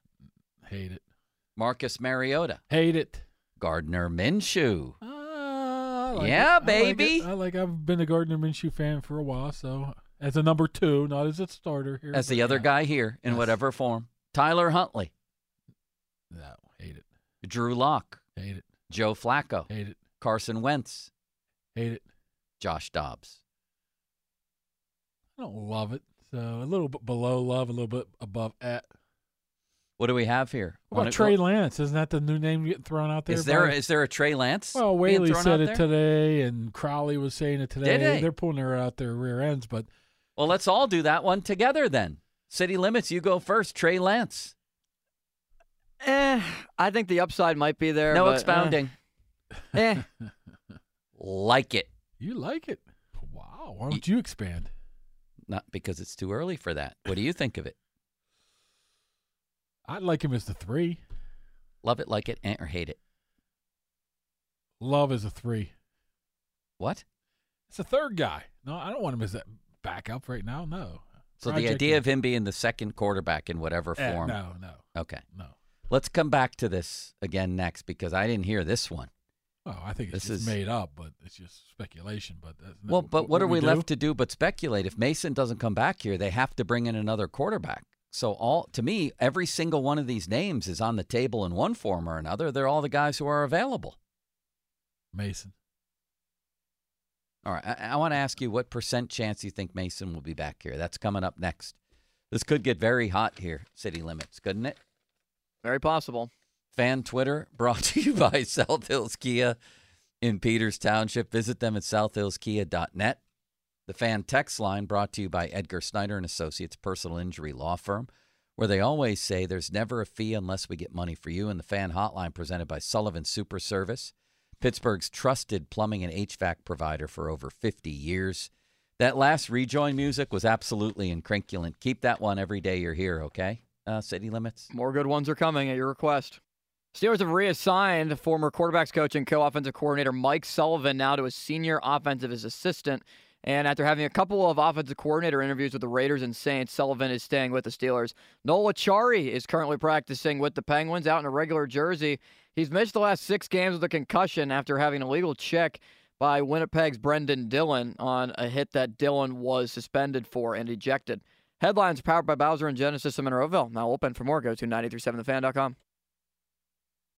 [SPEAKER 5] Hate it.
[SPEAKER 2] Marcus Mariota,
[SPEAKER 5] Hate it.
[SPEAKER 2] Gardner Minshew.
[SPEAKER 5] Ah, I like
[SPEAKER 2] Yeah,
[SPEAKER 5] it. I like it.
[SPEAKER 2] baby.
[SPEAKER 5] I like, I've been a Gardner Minshew fan for a while, so as a number two, not as a starter here.
[SPEAKER 2] as
[SPEAKER 5] but
[SPEAKER 2] the other
[SPEAKER 5] yeah.
[SPEAKER 2] guy here in
[SPEAKER 5] Yes.
[SPEAKER 2] whatever form. Tyler Huntley,
[SPEAKER 5] No, hate it.
[SPEAKER 2] Drew Locke,
[SPEAKER 5] Hate it.
[SPEAKER 2] Joe Flacco,
[SPEAKER 5] Hate it.
[SPEAKER 2] Carson Wentz,
[SPEAKER 5] Hate it.
[SPEAKER 2] Josh Dobbs.
[SPEAKER 5] I don't love it. So a little bit below love, a little bit above at.
[SPEAKER 2] What do we have here?
[SPEAKER 5] What
[SPEAKER 2] Wanna-
[SPEAKER 5] about Trey Lance? Isn't that the new name getting thrown out there?
[SPEAKER 2] Is there
[SPEAKER 5] by-
[SPEAKER 2] is there a Trey Lance?
[SPEAKER 5] Well,
[SPEAKER 2] being
[SPEAKER 5] Whaley
[SPEAKER 2] thrown
[SPEAKER 5] said
[SPEAKER 2] out
[SPEAKER 5] it
[SPEAKER 2] there?
[SPEAKER 5] today, and Crowley was saying it today.
[SPEAKER 2] they?
[SPEAKER 5] are pulling her out their rear ends, but
[SPEAKER 2] Well, let's all do that one together then. City limits, you go first. Trey Lance.
[SPEAKER 4] Eh, I think the upside might be there.
[SPEAKER 2] No
[SPEAKER 4] but, eh,
[SPEAKER 2] expounding.
[SPEAKER 4] Eh,
[SPEAKER 2] Like it.
[SPEAKER 5] you like it. Wow. Why don't you expand?
[SPEAKER 2] Not because it's too early for that. What do you think of it?
[SPEAKER 5] I'd like him as the three.
[SPEAKER 2] Love it, like it, eh, or hate it.
[SPEAKER 5] Love is a three.
[SPEAKER 2] What?
[SPEAKER 5] It's the third guy. No, I don't want him as that backup right now. No.
[SPEAKER 2] So the
[SPEAKER 5] Project
[SPEAKER 2] idea of him being the second quarterback in whatever
[SPEAKER 5] Eh,
[SPEAKER 2] form.
[SPEAKER 5] no, no,
[SPEAKER 2] Okay.
[SPEAKER 5] no.
[SPEAKER 2] Let's come back to this again next because I didn't hear this one.
[SPEAKER 5] Well, I think it's
[SPEAKER 2] This
[SPEAKER 5] just
[SPEAKER 2] is-
[SPEAKER 5] made up, but it's just speculation. But that's not
[SPEAKER 2] Well, but what are we
[SPEAKER 5] do.
[SPEAKER 2] left to do but speculate? If Mason doesn't come back here, they have to bring in another quarterback. So all to me, every single one of these names is on the table in one form or another. They're all the guys who are available.
[SPEAKER 5] Mason?
[SPEAKER 2] All right, I, I want to ask you what percent chance you think Mason will be back here. That's coming up next. This could get very hot here, city limits, couldn't it?
[SPEAKER 4] very possible.
[SPEAKER 2] Fan Twitter (laughs) brought to you by South Hills Kia in Peters Township. Visit them at southhillskia.net. The fan text line brought to you by Edgar Snyder and Associates Personal Injury Law Firm, where they always say there's never a fee unless we get money for you. And the fan hotline presented by Sullivan Super Service, Pittsburgh's trusted plumbing and HVAC provider for over 50 years. That last rejoin music was absolutely incrinculant. Keep that one every day you're here, okay? Uh, city limits.
[SPEAKER 4] More good ones are coming at your request. Steelers have reassigned former quarterbacks coach and co-offensive coordinator Mike Sullivan now to a senior offensive as assistant. And after having a couple of offensive coordinator interviews with the Raiders and Saints, Sullivan is staying with the Steelers. Nola Chari is currently practicing with the Penguins out in a regular jersey. He's missed the last six games with a concussion after having a legal check by Winnipeg's Brendan Dillon on a hit that Dillon was suspended for and ejected. Headlines powered by Bowser and Genesis of Monroeville. Now open for more. Go to 937thefan.com.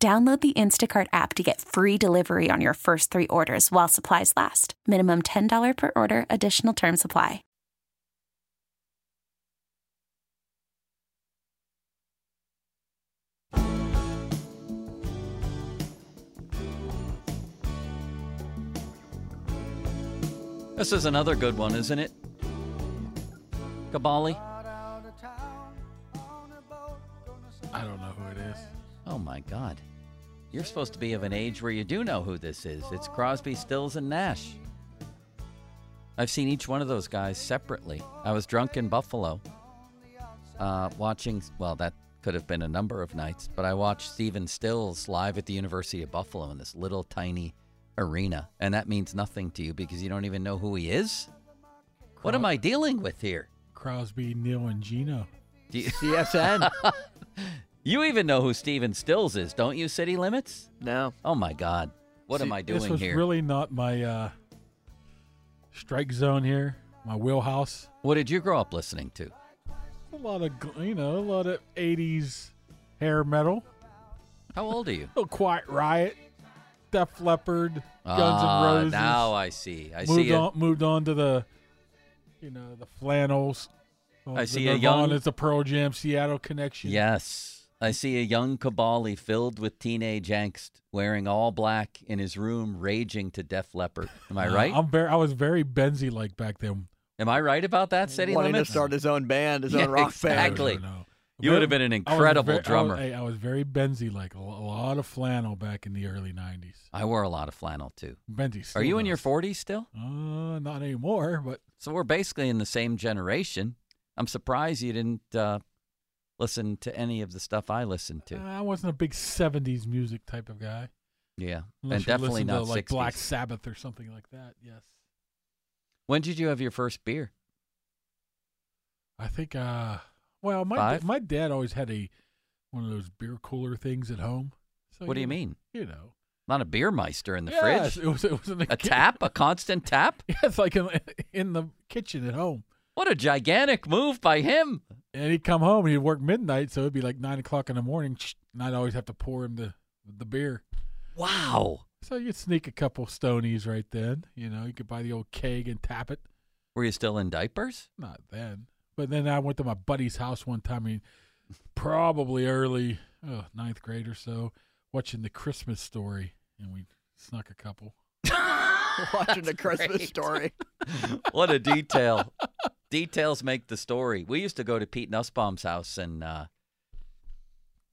[SPEAKER 1] Download the Instacart app to get free delivery on your first three orders while supplies last. Minimum $10 per order, additional term supply.
[SPEAKER 2] This is another good one, isn't it? Kabali.
[SPEAKER 5] I don't know who it is.
[SPEAKER 2] Oh my God. You're supposed to be of an age where you do know who this is. It's Crosby, Stills, and Nash. I've seen each one of those guys separately. I was drunk in Buffalo uh, watching, well, that could have been a number of nights, but I watched Steven Stills live at the University of Buffalo in this little tiny arena. And that means nothing to you because you don't even know who he is? What am I dealing with here?
[SPEAKER 5] Crosby, Neil, and Gino.
[SPEAKER 2] Do you,
[SPEAKER 4] (laughs) CSN.
[SPEAKER 2] you even know who Steven Stills is, don't you, City Limits?
[SPEAKER 4] no.
[SPEAKER 2] Oh my God. What am
[SPEAKER 5] See,
[SPEAKER 2] I doing
[SPEAKER 5] This was
[SPEAKER 2] here?
[SPEAKER 5] really not my uh, strike zone here. My wheelhouse.
[SPEAKER 2] what did you grow up listening to?
[SPEAKER 5] A lot of gl- you know, a lot of '80s hair metal.
[SPEAKER 2] How old are you?
[SPEAKER 5] A little Quiet Riot. Def Leppard, (laughs) Guns
[SPEAKER 2] Ah,
[SPEAKER 5] N' Roses.
[SPEAKER 2] Now I see. I
[SPEAKER 5] moved
[SPEAKER 2] see. A,
[SPEAKER 5] on, moved on to the, you know, the flannels. Well,
[SPEAKER 2] I
[SPEAKER 5] the
[SPEAKER 2] see a
[SPEAKER 5] Nirvana,
[SPEAKER 2] young-
[SPEAKER 5] It's a Pearl Jam Seattle connection.
[SPEAKER 2] yes. I see a young Kabali filled with teenage angst, wearing all black in his room, raging to Def Leppard. Am I
[SPEAKER 5] Uh,
[SPEAKER 2] right?
[SPEAKER 5] I'm very, I was very Benzy like back then.
[SPEAKER 2] Am I right about that? City
[SPEAKER 4] wanting
[SPEAKER 2] limits.
[SPEAKER 4] to start his own band, his
[SPEAKER 2] Yeah,
[SPEAKER 4] own rock
[SPEAKER 2] exactly.
[SPEAKER 4] band.
[SPEAKER 5] I don't know.
[SPEAKER 2] You would have been an
[SPEAKER 5] I was
[SPEAKER 2] incredible
[SPEAKER 5] ver- I was-
[SPEAKER 2] drummer.
[SPEAKER 5] hey, I was very Benzy like, a lo- a lot of flannel back in the early '90s.
[SPEAKER 2] I wore a lot of flannel too.
[SPEAKER 5] Benzy.
[SPEAKER 2] Are
[SPEAKER 5] still
[SPEAKER 2] you in your
[SPEAKER 5] does.
[SPEAKER 2] 40s still?
[SPEAKER 5] Uh, not anymore, but
[SPEAKER 2] So we're basically in the same generation. I'm surprised you didn't uh, listen to any of the stuff I listened to.
[SPEAKER 5] uh, I wasn't a big '70s music type of guy.
[SPEAKER 2] yeah, and
[SPEAKER 5] Unless you
[SPEAKER 2] definitely
[SPEAKER 5] listen
[SPEAKER 2] not
[SPEAKER 5] to, like
[SPEAKER 2] 60s.
[SPEAKER 5] Black Sabbath or something like that. Yes,
[SPEAKER 2] When did you have your first beer?
[SPEAKER 5] I think. uh Well, my
[SPEAKER 2] Five?
[SPEAKER 5] da- my dad always had a one of those beer cooler things at home. So
[SPEAKER 2] what do you
[SPEAKER 5] know,
[SPEAKER 2] mean?
[SPEAKER 5] You know,
[SPEAKER 2] Not a beer meister in the
[SPEAKER 5] Yes,
[SPEAKER 2] fridge?
[SPEAKER 5] It was, it was in the
[SPEAKER 2] (laughs) A
[SPEAKER 5] (laughs) ki-
[SPEAKER 2] tap? A constant tap?
[SPEAKER 5] Yes, like in, in the kitchen at home.
[SPEAKER 2] What a gigantic move by him.
[SPEAKER 5] And he'd come home and he'd work midnight, so it'd be like nine o'clock in the morning, and I'd always have to pour him the the beer.
[SPEAKER 2] Wow.
[SPEAKER 5] So you'd sneak a couple stonies right then. You know, you could buy the old keg and tap it.
[SPEAKER 2] Were you still in
[SPEAKER 5] (laughs)
[SPEAKER 2] diapers?
[SPEAKER 5] Not then. But then I went to my buddy's house one time, I mean, probably early uh, ninth grade or so, watching the Christmas story, and we snuck a couple.
[SPEAKER 4] (laughs) Watching the Christmas
[SPEAKER 2] great.
[SPEAKER 4] story.
[SPEAKER 2] what a detail. Details make the story. We used to go to Pete Nussbaum's house and uh,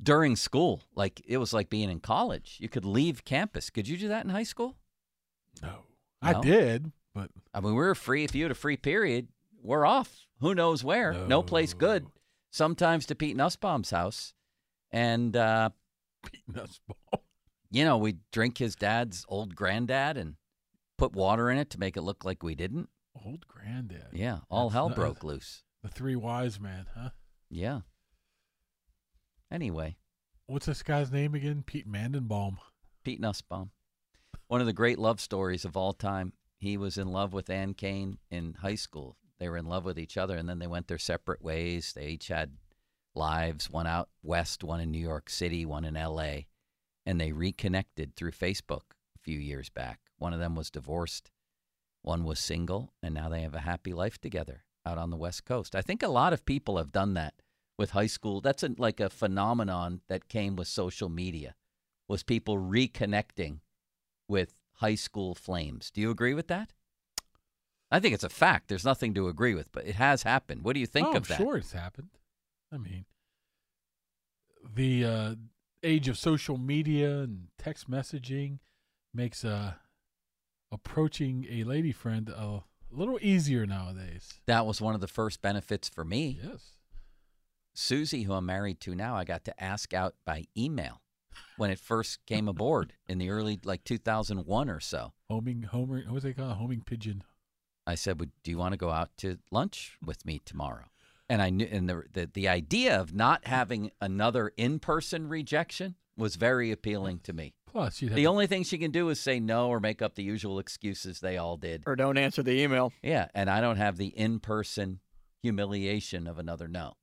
[SPEAKER 2] during school, like it was like being in college. You could leave campus. Could you do that in high school?
[SPEAKER 5] No. I
[SPEAKER 2] No?
[SPEAKER 5] did, but
[SPEAKER 2] I mean, we were free. If you had a free period, we're off. Who knows where? No, place good.
[SPEAKER 5] No.
[SPEAKER 2] Sometimes to Pete Nussbaum's house. And, uh,
[SPEAKER 5] peanuts ball. (laughs)
[SPEAKER 2] you know, we'd drink his dad's old granddad and put water in it to make it look like we didn't.
[SPEAKER 5] Old granddad.
[SPEAKER 2] Yeah, all
[SPEAKER 5] That's
[SPEAKER 2] hell
[SPEAKER 5] not-
[SPEAKER 2] broke loose.
[SPEAKER 5] The three wise men, huh?
[SPEAKER 2] Yeah. Anyway,
[SPEAKER 5] What's this guy's name again? Pete Mandenbaum.
[SPEAKER 2] Pete Nussbaum, one of the great love stories of all time. He was in love with Ann Kane in high school. They were in love with each other, and then they went their separate ways. They each had lives one out west, one in New York City, one in LA, and they reconnected through Facebook a few years back. One of them was divorced, one was single, and now they have a happy life together out on the West Coast. I think a lot of people have done that with high school. That's a, like a phenomenon that came with social media was people reconnecting with high school flames. Do you agree with that? I think it's a fact. There's nothing to agree with, but it has happened. What do you think
[SPEAKER 5] oh,
[SPEAKER 2] of that?
[SPEAKER 5] sure it's happened. I mean, the uh, age of social media and text messaging makes uh, approaching a lady friend a little easier nowadays.
[SPEAKER 2] That was one of the first benefits for me.
[SPEAKER 5] Yes.
[SPEAKER 2] Susie, who I'm married to now, I got to ask out by email when it first came aboard in the early like 2001 or so.
[SPEAKER 5] Homing, homer, what was they called? Homing pigeon.
[SPEAKER 2] I said, "Would do you want to go out to lunch with me tomorrow?" And I knew, and the the, the idea of not having another in person rejection was very appealing to me.
[SPEAKER 5] Plus, you'd have
[SPEAKER 2] The
[SPEAKER 5] to-
[SPEAKER 2] only thing she can do is say no or make up the usual excuses they all did.
[SPEAKER 4] Or don't answer the email.
[SPEAKER 2] Yeah, and I don't have the in person humiliation of another no.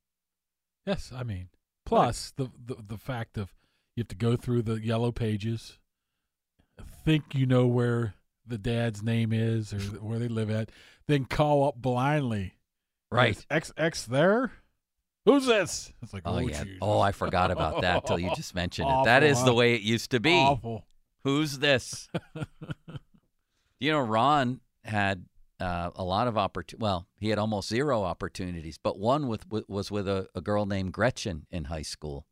[SPEAKER 5] yes, I mean, plus the, the the fact of you have to go through the yellow pages, think you know where the dad's name is or where they live at, then call up blindly. Is XX there? Who's this? It's like,
[SPEAKER 2] Oh,
[SPEAKER 5] oh,
[SPEAKER 2] yeah.
[SPEAKER 5] Jesus.
[SPEAKER 2] Oh, I forgot about that till you
[SPEAKER 5] (laughs)
[SPEAKER 2] just mentioned it. That
[SPEAKER 5] Awful,
[SPEAKER 2] is the
[SPEAKER 5] huh?
[SPEAKER 2] way it used to be.
[SPEAKER 5] Awful. (laughs)
[SPEAKER 2] Who's this? you know, Ron had uh, a lot of opportunities. Well, he had almost zero opportunities, but one with, w was with a, a girl named Gretchen in high school,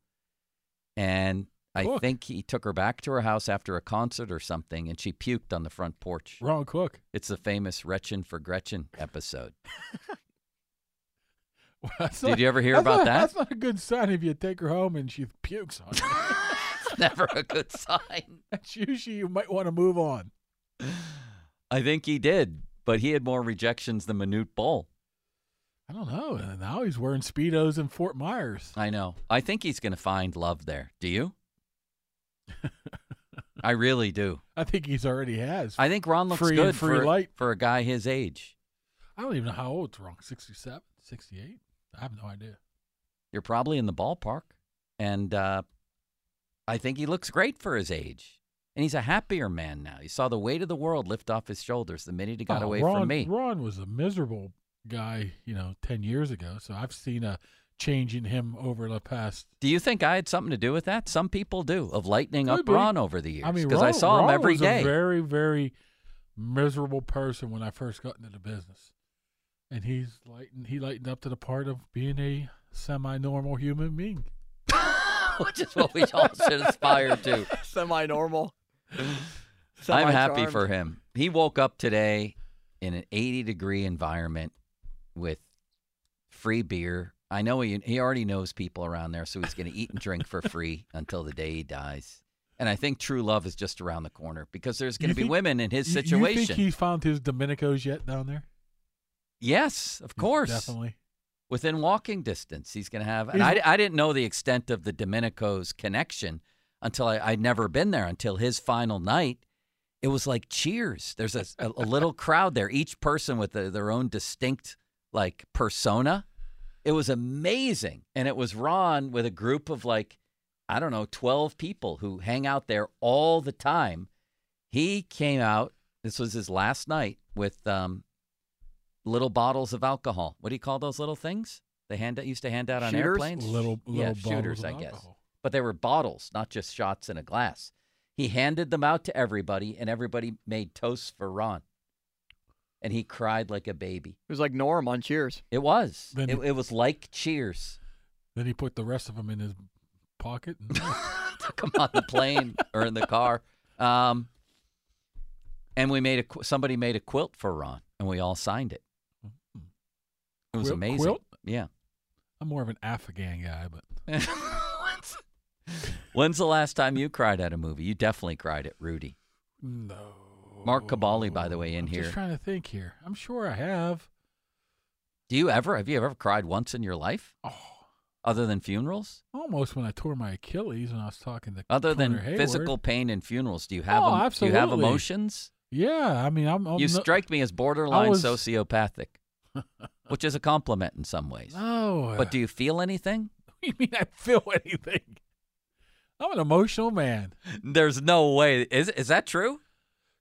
[SPEAKER 2] and I
[SPEAKER 5] Cook.
[SPEAKER 2] think he took her back to her house after a concert or something, and she puked on the front porch.
[SPEAKER 5] Wrong cook.
[SPEAKER 2] It's the famous "Gretchen for Gretchen" episode.
[SPEAKER 5] That's
[SPEAKER 2] Did you ever hear
[SPEAKER 5] that's
[SPEAKER 2] about
[SPEAKER 5] not-
[SPEAKER 2] that?
[SPEAKER 5] That's not a good sign if you take her home and she pukes on you. (laughs)
[SPEAKER 2] it's (laughs) never a good sign.
[SPEAKER 5] that's usually you might want to move on.
[SPEAKER 2] I think he did, but he had more rejections than Manute Bull.
[SPEAKER 5] I don't know. And Now he's wearing Speedos in Fort Myers.
[SPEAKER 2] I know. I think he's going to find love there. Do
[SPEAKER 5] (laughs)
[SPEAKER 2] you? I really do.
[SPEAKER 5] I think he's already has. I,
[SPEAKER 2] I think Ron looks
[SPEAKER 5] Free and
[SPEAKER 2] good
[SPEAKER 5] free
[SPEAKER 2] for,
[SPEAKER 5] light.
[SPEAKER 2] for a guy his age.
[SPEAKER 5] don't even know how old it's wrong. 67, 68? I have no idea.
[SPEAKER 2] You're probably in the ballpark, and uh, I think he looks great for his age. And he's a happier man now. You saw the weight of the world lift off his shoulders the minute he got
[SPEAKER 5] Oh,
[SPEAKER 2] away
[SPEAKER 5] Ron,
[SPEAKER 2] from me.
[SPEAKER 5] Ron was a miserable guy, you know, 10 years ago. So I've seen a change in him over the past.
[SPEAKER 2] Do you think I had something to do with that? Some people do, of lightening
[SPEAKER 5] Could
[SPEAKER 2] up
[SPEAKER 5] be.
[SPEAKER 2] Ron over the years.
[SPEAKER 5] I mean,
[SPEAKER 2] because I
[SPEAKER 5] Ron-
[SPEAKER 2] saw him
[SPEAKER 5] Ron
[SPEAKER 2] every
[SPEAKER 5] was
[SPEAKER 2] day.
[SPEAKER 5] a very, very miserable person when I first got into the business. And he's lightened, he lightened up to the part of being a semi normal human being.
[SPEAKER 2] (laughs) which is what we
[SPEAKER 5] (laughs)
[SPEAKER 2] all should aspire to.
[SPEAKER 4] (laughs)
[SPEAKER 2] (laughs)
[SPEAKER 4] Semi-normal.
[SPEAKER 2] I'm happy
[SPEAKER 4] Semi-charmed.
[SPEAKER 2] for him. He woke up today in an 80 degree environment with free beer. I know he, he already knows people around there, so he's going to eat and drink for
[SPEAKER 5] (laughs)
[SPEAKER 2] free until the day he dies. And I think true love is just around the corner because there's going
[SPEAKER 5] You
[SPEAKER 2] to be
[SPEAKER 5] think-
[SPEAKER 2] women in his
[SPEAKER 5] You-
[SPEAKER 2] situation.
[SPEAKER 5] You think he found his Dominicos yet down there?
[SPEAKER 2] yes, of course.
[SPEAKER 5] Definitely.
[SPEAKER 2] within walking distance. He's going to have, and
[SPEAKER 5] He's-
[SPEAKER 2] I, I didn't know the extent of the Domenico's connection until I, I'd never been there until his final night. It was like cheers. There's a, a, a little crowd there, each person with the, their own distinct like persona. It was amazing. And it was Ron with a group of like, I don't know, 12 people who hang out there all the time. He came out, this was his last night with um, little bottles of alcohol. What do you call those little things? They hand used to hand out on
[SPEAKER 4] Shooters?
[SPEAKER 2] airplanes.
[SPEAKER 5] Little, little
[SPEAKER 2] yeah,
[SPEAKER 5] bottles
[SPEAKER 2] shooters,
[SPEAKER 5] of
[SPEAKER 2] I guess.
[SPEAKER 5] alcohol.
[SPEAKER 2] But they were bottles, not just shots in a glass. He handed them out to everybody, and everybody made toasts for Ron. And he cried like a baby.
[SPEAKER 4] It was like Norm on Cheers.
[SPEAKER 2] It was.
[SPEAKER 5] Then
[SPEAKER 2] It,
[SPEAKER 5] he-
[SPEAKER 2] it was like Cheers.
[SPEAKER 5] Then he put the rest of them in his pocket. And, (laughs)
[SPEAKER 2] took him on the plane or in the car. Um, and we made a qu- somebody made a quilt for Ron, and we all signed it. It was
[SPEAKER 5] Quilt-
[SPEAKER 2] amazing.
[SPEAKER 5] quilt?
[SPEAKER 2] Yeah. (laughs)
[SPEAKER 5] I'm more of an Afghan guy, but
[SPEAKER 2] When's- When's the last time you cried at a movie? You definitely cried at Rudy.
[SPEAKER 5] no.
[SPEAKER 2] Mark Cabali, by the way, in
[SPEAKER 5] I'm
[SPEAKER 2] here.
[SPEAKER 5] Just trying to think here. I'm sure I have.
[SPEAKER 2] Do you ever have you ever cried once in your life
[SPEAKER 5] Oh,
[SPEAKER 2] other than funerals?
[SPEAKER 5] almost when I tore my Achilles and I was talking to
[SPEAKER 2] Other than
[SPEAKER 5] Turner Hayward.
[SPEAKER 2] physical pain and funerals, do you have
[SPEAKER 5] Oh,
[SPEAKER 2] em- do you have
[SPEAKER 5] absolutely.
[SPEAKER 2] emotions?
[SPEAKER 5] Yeah, I mean, I'm. I'm
[SPEAKER 2] you
[SPEAKER 5] no-
[SPEAKER 2] strike me as borderline
[SPEAKER 5] was- (laughs)
[SPEAKER 2] sociopathic, which is a compliment in some ways.
[SPEAKER 5] No, (laughs)
[SPEAKER 2] But do you feel anything?
[SPEAKER 5] you mean I feel anything? I'm an emotional man.
[SPEAKER 2] There's no way. Is is that true?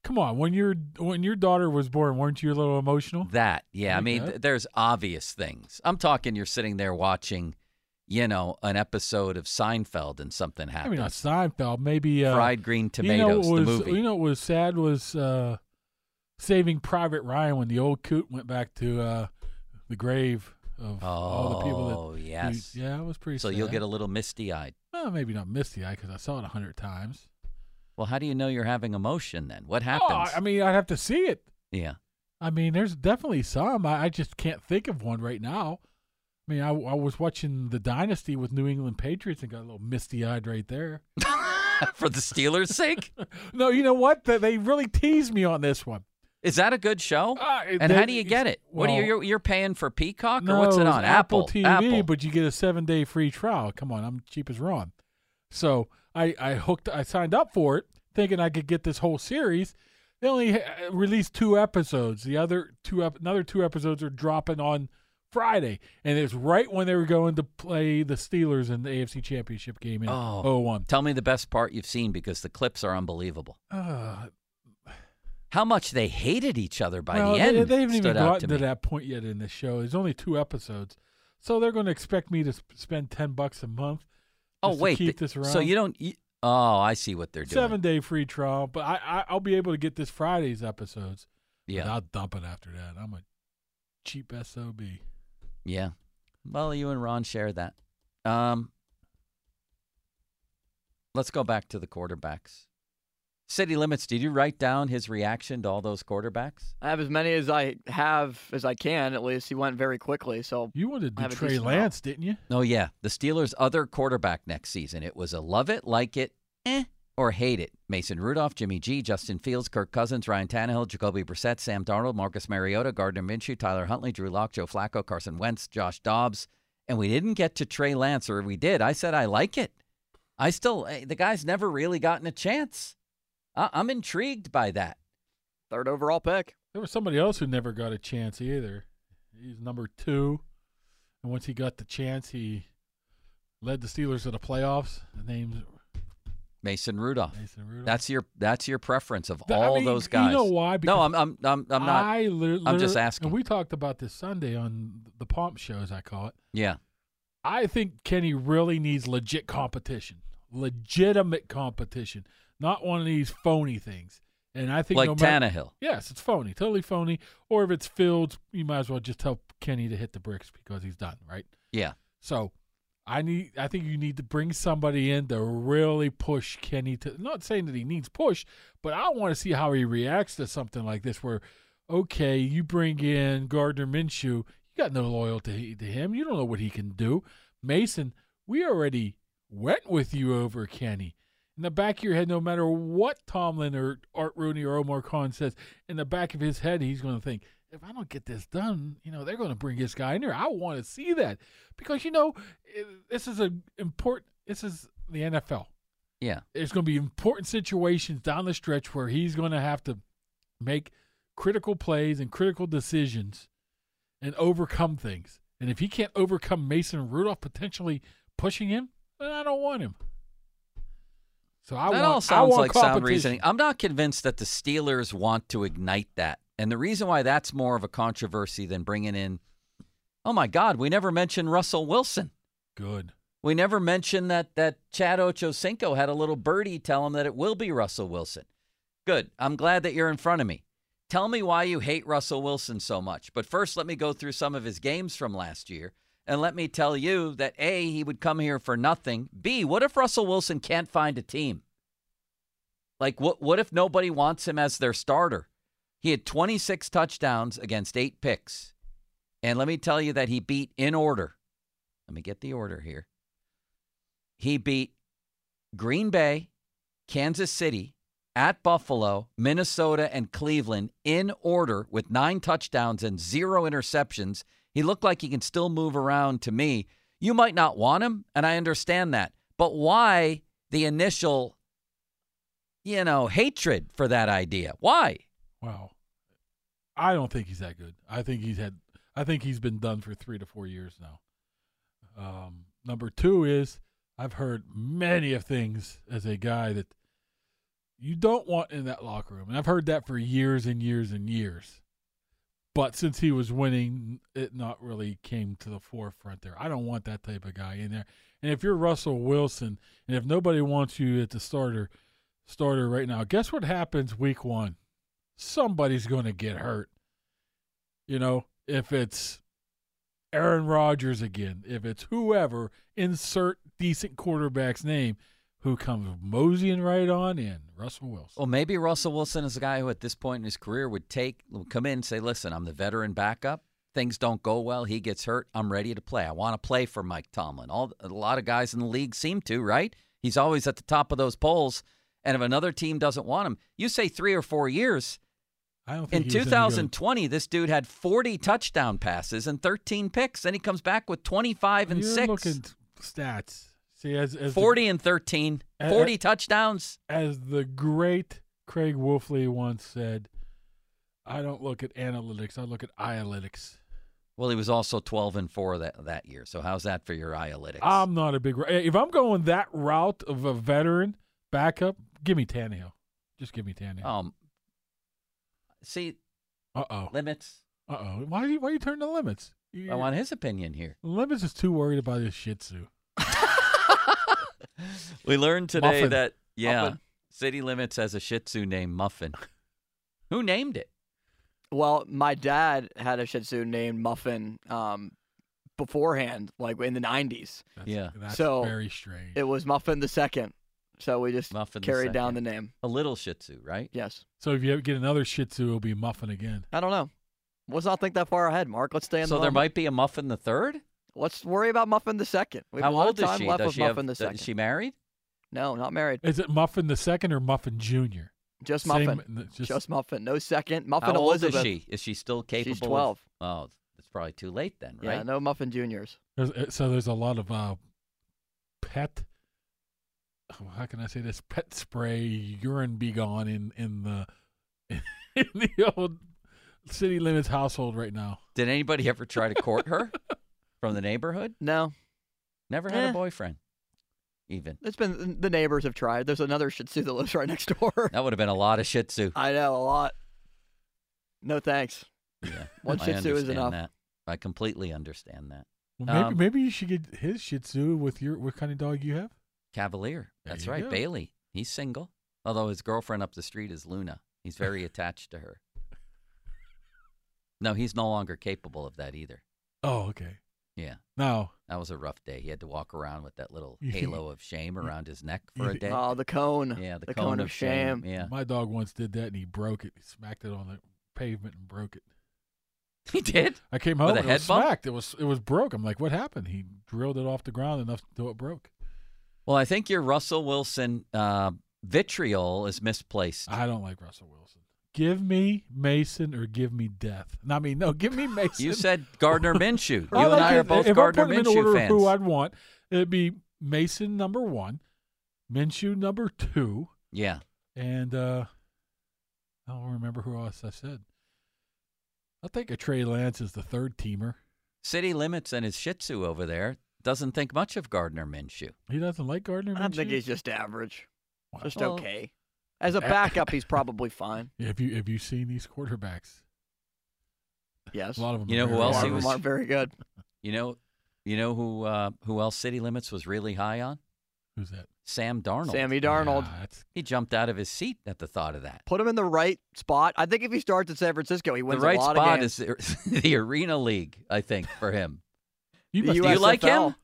[SPEAKER 5] Come on, when your when your daughter was born, weren't you a little emotional?
[SPEAKER 2] That yeah. I
[SPEAKER 5] Like
[SPEAKER 2] mean,
[SPEAKER 5] that.
[SPEAKER 2] th- there's obvious things. I'm talking. You're sitting there watching, you know, an episode of Seinfeld, and something
[SPEAKER 5] I
[SPEAKER 2] happens.
[SPEAKER 5] mean, not Seinfeld. Maybe uh,
[SPEAKER 2] Fried green
[SPEAKER 5] You know
[SPEAKER 2] tomatoes.
[SPEAKER 5] what was,
[SPEAKER 2] the movie.
[SPEAKER 5] You know what was sad was uh, Saving Private Ryan when the old coot went back to uh, the grave of all the people that.
[SPEAKER 2] Oh,
[SPEAKER 5] he-
[SPEAKER 2] yes.
[SPEAKER 5] yeah, it was pretty.
[SPEAKER 2] so
[SPEAKER 5] sad.
[SPEAKER 2] you'll get a little misty-eyed.
[SPEAKER 5] well, maybe not misty eye because I saw it a hundred times.
[SPEAKER 2] Well, how do you know you're having emotion then? What
[SPEAKER 5] Oh,
[SPEAKER 2] happens?
[SPEAKER 5] I- I mean, I'd have to see it.
[SPEAKER 2] yeah. (laughs)
[SPEAKER 5] I mean, there's definitely some. I, I just can't think of one right now. I mean, I, I was watching the Dynasty with New England Patriots and got a little misty eyed right there.
[SPEAKER 2] For the Steelers'
[SPEAKER 5] (laughs)
[SPEAKER 2] sake,
[SPEAKER 5] No, you know what? They- They really teased me on this one.
[SPEAKER 2] is that a good show?
[SPEAKER 5] Uh,
[SPEAKER 2] and
[SPEAKER 5] they-
[SPEAKER 2] how do you get it? what are
[SPEAKER 5] well-
[SPEAKER 2] you you're, you're paying for Peacock or what's it
[SPEAKER 5] was
[SPEAKER 2] on? Apple
[SPEAKER 5] TV,
[SPEAKER 2] Apple.
[SPEAKER 5] but you get a seven day free trial. Come on, I'm cheap as Ron. So I, I hooked, I signed up for it thinking I could get this whole series. They only uh, released two episodes. The other two, ep- another two episodes are dropping on Friday, and it's right when they were going to play the Steelers in the AFC Championship game in
[SPEAKER 2] Oh.
[SPEAKER 5] 01.
[SPEAKER 2] Tell me the best part you've seen because the clips are unbelievable.
[SPEAKER 5] Uh,
[SPEAKER 2] How much they hated each other by
[SPEAKER 5] well,
[SPEAKER 2] the
[SPEAKER 5] they-
[SPEAKER 2] end.
[SPEAKER 5] they, haven't
[SPEAKER 2] stood
[SPEAKER 5] even
[SPEAKER 2] out
[SPEAKER 5] gotten
[SPEAKER 2] to
[SPEAKER 5] to,
[SPEAKER 2] me.
[SPEAKER 5] that point yet in the show. There's only two episodes, so they're going to expect me to sp- spend ten bucks a month.
[SPEAKER 2] Oh
[SPEAKER 5] just to
[SPEAKER 2] wait,
[SPEAKER 5] keep
[SPEAKER 2] th-
[SPEAKER 5] this around.
[SPEAKER 2] so you don't? You, oh, I see what they're doing.
[SPEAKER 5] seven day free trial, but I, I I'll be able to get this Friday's episodes. but
[SPEAKER 2] Yeah,
[SPEAKER 5] I'll dump it after that. I'm a cheap sob.
[SPEAKER 2] yeah. Well, you and Ron share that. Um, let's go back to the quarterbacks. City limits. Did you write down his reaction to all those quarterbacks?
[SPEAKER 4] I have as many as I have as I can. At least he went very quickly. So
[SPEAKER 5] You wanted
[SPEAKER 4] I
[SPEAKER 5] to
[SPEAKER 4] have a
[SPEAKER 5] Trey
[SPEAKER 4] decent
[SPEAKER 5] Lance, didn't you?
[SPEAKER 2] Oh yeah, the Steelers' other quarterback next season. It was a love it, like it, eh, or hate it. Mason Rudolph, Jimmy G, Justin Fields, Kirk Cousins, Ryan Tannehill, Jacoby Brissett, Sam Darnold, Marcus Mariota, Gardner Minshew, Tyler Huntley, Drew Lock, Joe Flacco, Carson Wentz, Josh Dobbs, and we didn't get to Trey Lance, or we did. I said I like it. I still eh, the guy's never really gotten a chance. I- I'm intrigued by that.
[SPEAKER 4] third overall pick.
[SPEAKER 5] There was somebody else who never got a chance either. He's number two, and once he got the chance, he led the Steelers to the playoffs. The name's
[SPEAKER 2] Mason Rudolph.
[SPEAKER 5] Mason Rudolph.
[SPEAKER 2] Oh, That's your that's your preference of
[SPEAKER 5] Th- I
[SPEAKER 2] all
[SPEAKER 5] mean,
[SPEAKER 2] those
[SPEAKER 5] you know
[SPEAKER 2] guys.
[SPEAKER 5] why? Because
[SPEAKER 2] no, I'm I'm I'm, I'm not.
[SPEAKER 5] I lit-
[SPEAKER 2] I'm just
[SPEAKER 5] literally-
[SPEAKER 2] asking.
[SPEAKER 5] And we talked about this Sunday on the pomp show, as I call it.
[SPEAKER 2] yeah,
[SPEAKER 5] I think Kenny really needs legit competition, legitimate competition, not one of these phony things. And I think
[SPEAKER 2] like
[SPEAKER 5] no matter,
[SPEAKER 2] Tannehill.
[SPEAKER 5] yes, it's phony, totally phony. Or if it's Fields, you might as well just tell Kenny to hit the bricks because he's done, right?
[SPEAKER 2] Yeah,
[SPEAKER 5] So I need I think you need to bring somebody in to really push Kenny to not saying that he needs push, but I want to see how he reacts to something like this where okay, you bring in Gardner Minshew, you got no loyalty to him. You don't know what he can do. Mason, we already went with you over Kenny. In the back of your head, no matter what Tomlin or Art Rooney or Omar Khan says, in the back of his head, he's going to think, if I don't get this done, you know, they're going to bring this guy in here. I want to see that because you know i- this is a important. This is the NFL.
[SPEAKER 2] yeah.
[SPEAKER 5] There's going to be important situations down the stretch where he's going to have to make critical plays and critical decisions and overcome things. And if he can't overcome Mason Rudolph potentially pushing him, then I don't want him. So I
[SPEAKER 2] that
[SPEAKER 5] want.
[SPEAKER 2] all
[SPEAKER 5] I
[SPEAKER 2] sounds
[SPEAKER 5] want
[SPEAKER 2] like sound
[SPEAKER 5] competition.
[SPEAKER 2] reasoning. I'm not convinced that the Steelers want to ignite that, and the reason why that's more of a controversy than bringing in. Oh my God, we never mentioned Russell Wilson.
[SPEAKER 5] Good.
[SPEAKER 2] We never mentioned that that Chad Ochocinco had a little birdie tell him that it will be Russell Wilson. Good. I'm glad that you're in front of me. Tell me why you hate Russell Wilson so much. But first, let me go through some of his games from last year. And let me tell you that A, he would come here for nothing. B, what if Russell Wilson can't find a team? Like, what, what if nobody wants him as their starter? He had 26 touchdowns against eight picks. And let me tell you that he beat in order. Let me get the order here. He beat Green Bay, Kansas City, at Buffalo, Minnesota, and Cleveland in order with nine touchdowns and zero interceptions. He looked like he can still move around to me. You might not want him, and I understand that. But why the initial, you know, hatred for that idea? Why?
[SPEAKER 5] Wow. I don't think he's that good. I think he's had. I think he's been done for three to four years now. Um, number two is I've heard many of things as a guy that you don't want in that locker room, and I've heard that for years and years and years. But since he was winning, it not really came to the forefront there. I don't want that type of guy in there. And if you're Russell Wilson, and if nobody wants you at the starter starter right now, guess what happens week one? somebody's going to get hurt. You know, if it's Aaron Rodgers again, if it's whoever, insert decent quarterback's name, who comes moseying right on in, Russell Wilson.
[SPEAKER 2] Well, maybe Russell Wilson is a guy who, at this point in his career, would take, would come in and say, "Listen, I'm the veteran backup. Things don't go well. He gets hurt. I'm ready to play. I want to play for Mike Tomlin. All a lot of guys in the league seem to, right? He's always at the top of those polls. And if another team doesn't want him, you say three or four years.
[SPEAKER 5] I don't think
[SPEAKER 2] In
[SPEAKER 5] he was any good.
[SPEAKER 2] 2020, this dude had 40 touchdown passes and 13 picks. Then he comes back with 25 and
[SPEAKER 5] You're
[SPEAKER 2] 6,
[SPEAKER 5] looking t- stats. See, as as
[SPEAKER 2] 40 and 13,
[SPEAKER 5] Uh, uh,
[SPEAKER 2] 40 touchdowns.
[SPEAKER 5] The, as the great Craig Wolfley once said, "I don't look at analytics. I look at analytics."
[SPEAKER 2] Well, he was also 12 and 4 that, that year. So how's that for your analytics?
[SPEAKER 4] Um,
[SPEAKER 5] I'm not a big. eh, If I'm going that route of a veteran backup, give me Tannehill. Just give me Tannehill.
[SPEAKER 2] Um, see
[SPEAKER 5] Uh oh.
[SPEAKER 2] limits.
[SPEAKER 5] Uh oh. Why you why you turn the limits?
[SPEAKER 2] I want his opinion here.
[SPEAKER 5] limits is too worried about his Shih Tzu.
[SPEAKER 2] We learned today
[SPEAKER 5] Muffin.
[SPEAKER 2] that yeah,
[SPEAKER 4] Muffin.
[SPEAKER 2] City Limits has a Shih Tzu named Muffin. (laughs) Who named it?
[SPEAKER 4] Well, my dad had a Shih Tzu named Muffin um, beforehand, like in the '90s.
[SPEAKER 5] That's,
[SPEAKER 2] Yeah.
[SPEAKER 5] That's
[SPEAKER 4] So,
[SPEAKER 5] very strange.
[SPEAKER 4] It was Muffin the Second, so we just
[SPEAKER 2] Muffin the
[SPEAKER 4] carried down the
[SPEAKER 2] Second.
[SPEAKER 4] name.
[SPEAKER 2] A little Shih Tzu, right?
[SPEAKER 4] Yes,
[SPEAKER 5] so if you get another Shih Tzu, it'll be Muffin again.
[SPEAKER 4] I don't know. Let's not think that far ahead, Mark. Let's stay in
[SPEAKER 2] So
[SPEAKER 4] the.
[SPEAKER 2] there
[SPEAKER 4] moment.
[SPEAKER 2] might be a Muffin the third.
[SPEAKER 4] Let's worry about Muffin the Second. We have
[SPEAKER 2] How
[SPEAKER 4] a lot
[SPEAKER 2] old
[SPEAKER 4] of
[SPEAKER 2] is
[SPEAKER 4] time
[SPEAKER 2] she?
[SPEAKER 4] left
[SPEAKER 2] Does
[SPEAKER 4] with
[SPEAKER 2] she
[SPEAKER 4] Muffin the
[SPEAKER 2] have,
[SPEAKER 4] Second.
[SPEAKER 2] Is she married?
[SPEAKER 4] No, not married.
[SPEAKER 5] Is it Muffin the second or Muffin Junior?
[SPEAKER 4] Just
[SPEAKER 5] Same-
[SPEAKER 4] Muffin.
[SPEAKER 5] n- just-
[SPEAKER 4] just, Muffin. No second. Muffin
[SPEAKER 2] How
[SPEAKER 4] Elizabeth.
[SPEAKER 2] old is she? Is she still capable? of-
[SPEAKER 4] 12.
[SPEAKER 2] oh, it's probably too late then, right?
[SPEAKER 4] Yeah, no Muffin Juniors.
[SPEAKER 5] There's, uh, so there's a lot of uh, pet. oh, How can I say this? Pet spray, urine be gone in in the (laughs) in the old city limits household right now.
[SPEAKER 2] Did anybody ever
[SPEAKER 4] (laughs)
[SPEAKER 2] try to court her from the neighborhood?
[SPEAKER 4] No.
[SPEAKER 2] Never had
[SPEAKER 4] Eh.
[SPEAKER 2] a boyfriend. even.
[SPEAKER 4] It's been the neighbors have tried. There's another Shih Tzu that lives right next
[SPEAKER 2] (laughs)
[SPEAKER 4] door. (laughs)
[SPEAKER 2] That would have been a lot of Shih Tzu.
[SPEAKER 4] I know a lot. No thanks.
[SPEAKER 2] (laughs) Yeah,
[SPEAKER 4] One
[SPEAKER 2] I
[SPEAKER 4] Shih Tzu is
[SPEAKER 2] understand
[SPEAKER 4] enough.
[SPEAKER 2] That. I completely understand that.
[SPEAKER 5] Well, maybe
[SPEAKER 2] Um,
[SPEAKER 5] maybe you should get his Shih Tzu with your what kind of dog you have.
[SPEAKER 2] Cavalier.
[SPEAKER 5] There
[SPEAKER 2] That's
[SPEAKER 5] you
[SPEAKER 2] right.
[SPEAKER 5] go.
[SPEAKER 2] Bailey. He's single. Although his girlfriend up the street is Luna. He's very attached to her. No, he's no longer capable of that either.
[SPEAKER 5] Oh, okay.
[SPEAKER 2] Yeah.
[SPEAKER 5] Now
[SPEAKER 2] That was a rough day. He had to walk around with that little
[SPEAKER 5] You think-
[SPEAKER 2] halo of shame around his neck
[SPEAKER 5] you
[SPEAKER 2] for a
[SPEAKER 5] thi-
[SPEAKER 2] day.
[SPEAKER 4] Oh, the cone.
[SPEAKER 2] yeah, the,
[SPEAKER 4] cone, of shame.
[SPEAKER 2] Yeah.
[SPEAKER 5] my dog once did that and he broke it. He smacked it on the pavement and broke it.
[SPEAKER 2] (laughs) He did?
[SPEAKER 5] I came
[SPEAKER 2] With
[SPEAKER 5] home
[SPEAKER 2] a
[SPEAKER 5] and it was
[SPEAKER 2] head bump?
[SPEAKER 5] smacked. It was it was broke. I'm like, what happened? He drilled it off the ground enough till it broke.
[SPEAKER 2] Well, I think your Russell Wilson uh, vitriol is misplaced.
[SPEAKER 5] I don't like Russell Wilson. Give me Mason or give me death. No, I mean, no, (laughs) give me Mason.
[SPEAKER 2] You said
[SPEAKER 5] (laughs)
[SPEAKER 2] Gardner Minshew. You
[SPEAKER 5] I
[SPEAKER 2] and
[SPEAKER 5] like
[SPEAKER 2] I are
[SPEAKER 5] it.
[SPEAKER 2] both
[SPEAKER 5] if
[SPEAKER 2] Gardner
[SPEAKER 5] I put 'em
[SPEAKER 2] Minshew
[SPEAKER 5] in order
[SPEAKER 2] fans.
[SPEAKER 5] Of who I'd want it'd be Mason number one, Minshew number two,
[SPEAKER 2] yeah.
[SPEAKER 5] and uh, I don't remember who else I said. I'll take a Trey Lance as the third teamer.
[SPEAKER 2] City Limits and his Shih Tzu over there doesn't think much of Gardner Minshew.
[SPEAKER 5] He doesn't like Gardner.
[SPEAKER 4] I think
[SPEAKER 5] Minshew?
[SPEAKER 4] he's just average.
[SPEAKER 5] Wow.
[SPEAKER 4] Just
[SPEAKER 2] Well-
[SPEAKER 4] okay. As a backup, he's probably fine.
[SPEAKER 5] Have you have you seen these quarterbacks?
[SPEAKER 4] Yes.
[SPEAKER 5] A lot of them.
[SPEAKER 2] You know
[SPEAKER 5] are
[SPEAKER 2] who
[SPEAKER 5] very
[SPEAKER 4] A
[SPEAKER 2] else he
[SPEAKER 4] lot
[SPEAKER 5] average.
[SPEAKER 4] of them
[SPEAKER 2] was-
[SPEAKER 4] aren't very good.
[SPEAKER 2] You know, you know who uh, who else City Limits was really high on?
[SPEAKER 5] Who's that?
[SPEAKER 2] Sam Darnold.
[SPEAKER 4] Sammy Darnold.
[SPEAKER 5] Yeah, that's-
[SPEAKER 2] He jumped out of his seat at the thought of that.
[SPEAKER 4] Put him in the right spot. I think if he starts at San Francisco, he
[SPEAKER 2] The
[SPEAKER 4] wins
[SPEAKER 2] right
[SPEAKER 4] a lot of
[SPEAKER 2] spot
[SPEAKER 4] games.
[SPEAKER 2] is the, the (laughs) Arena League, I think, for him.
[SPEAKER 5] you
[SPEAKER 4] The
[SPEAKER 5] must
[SPEAKER 2] Do you like
[SPEAKER 4] USFL.
[SPEAKER 2] him?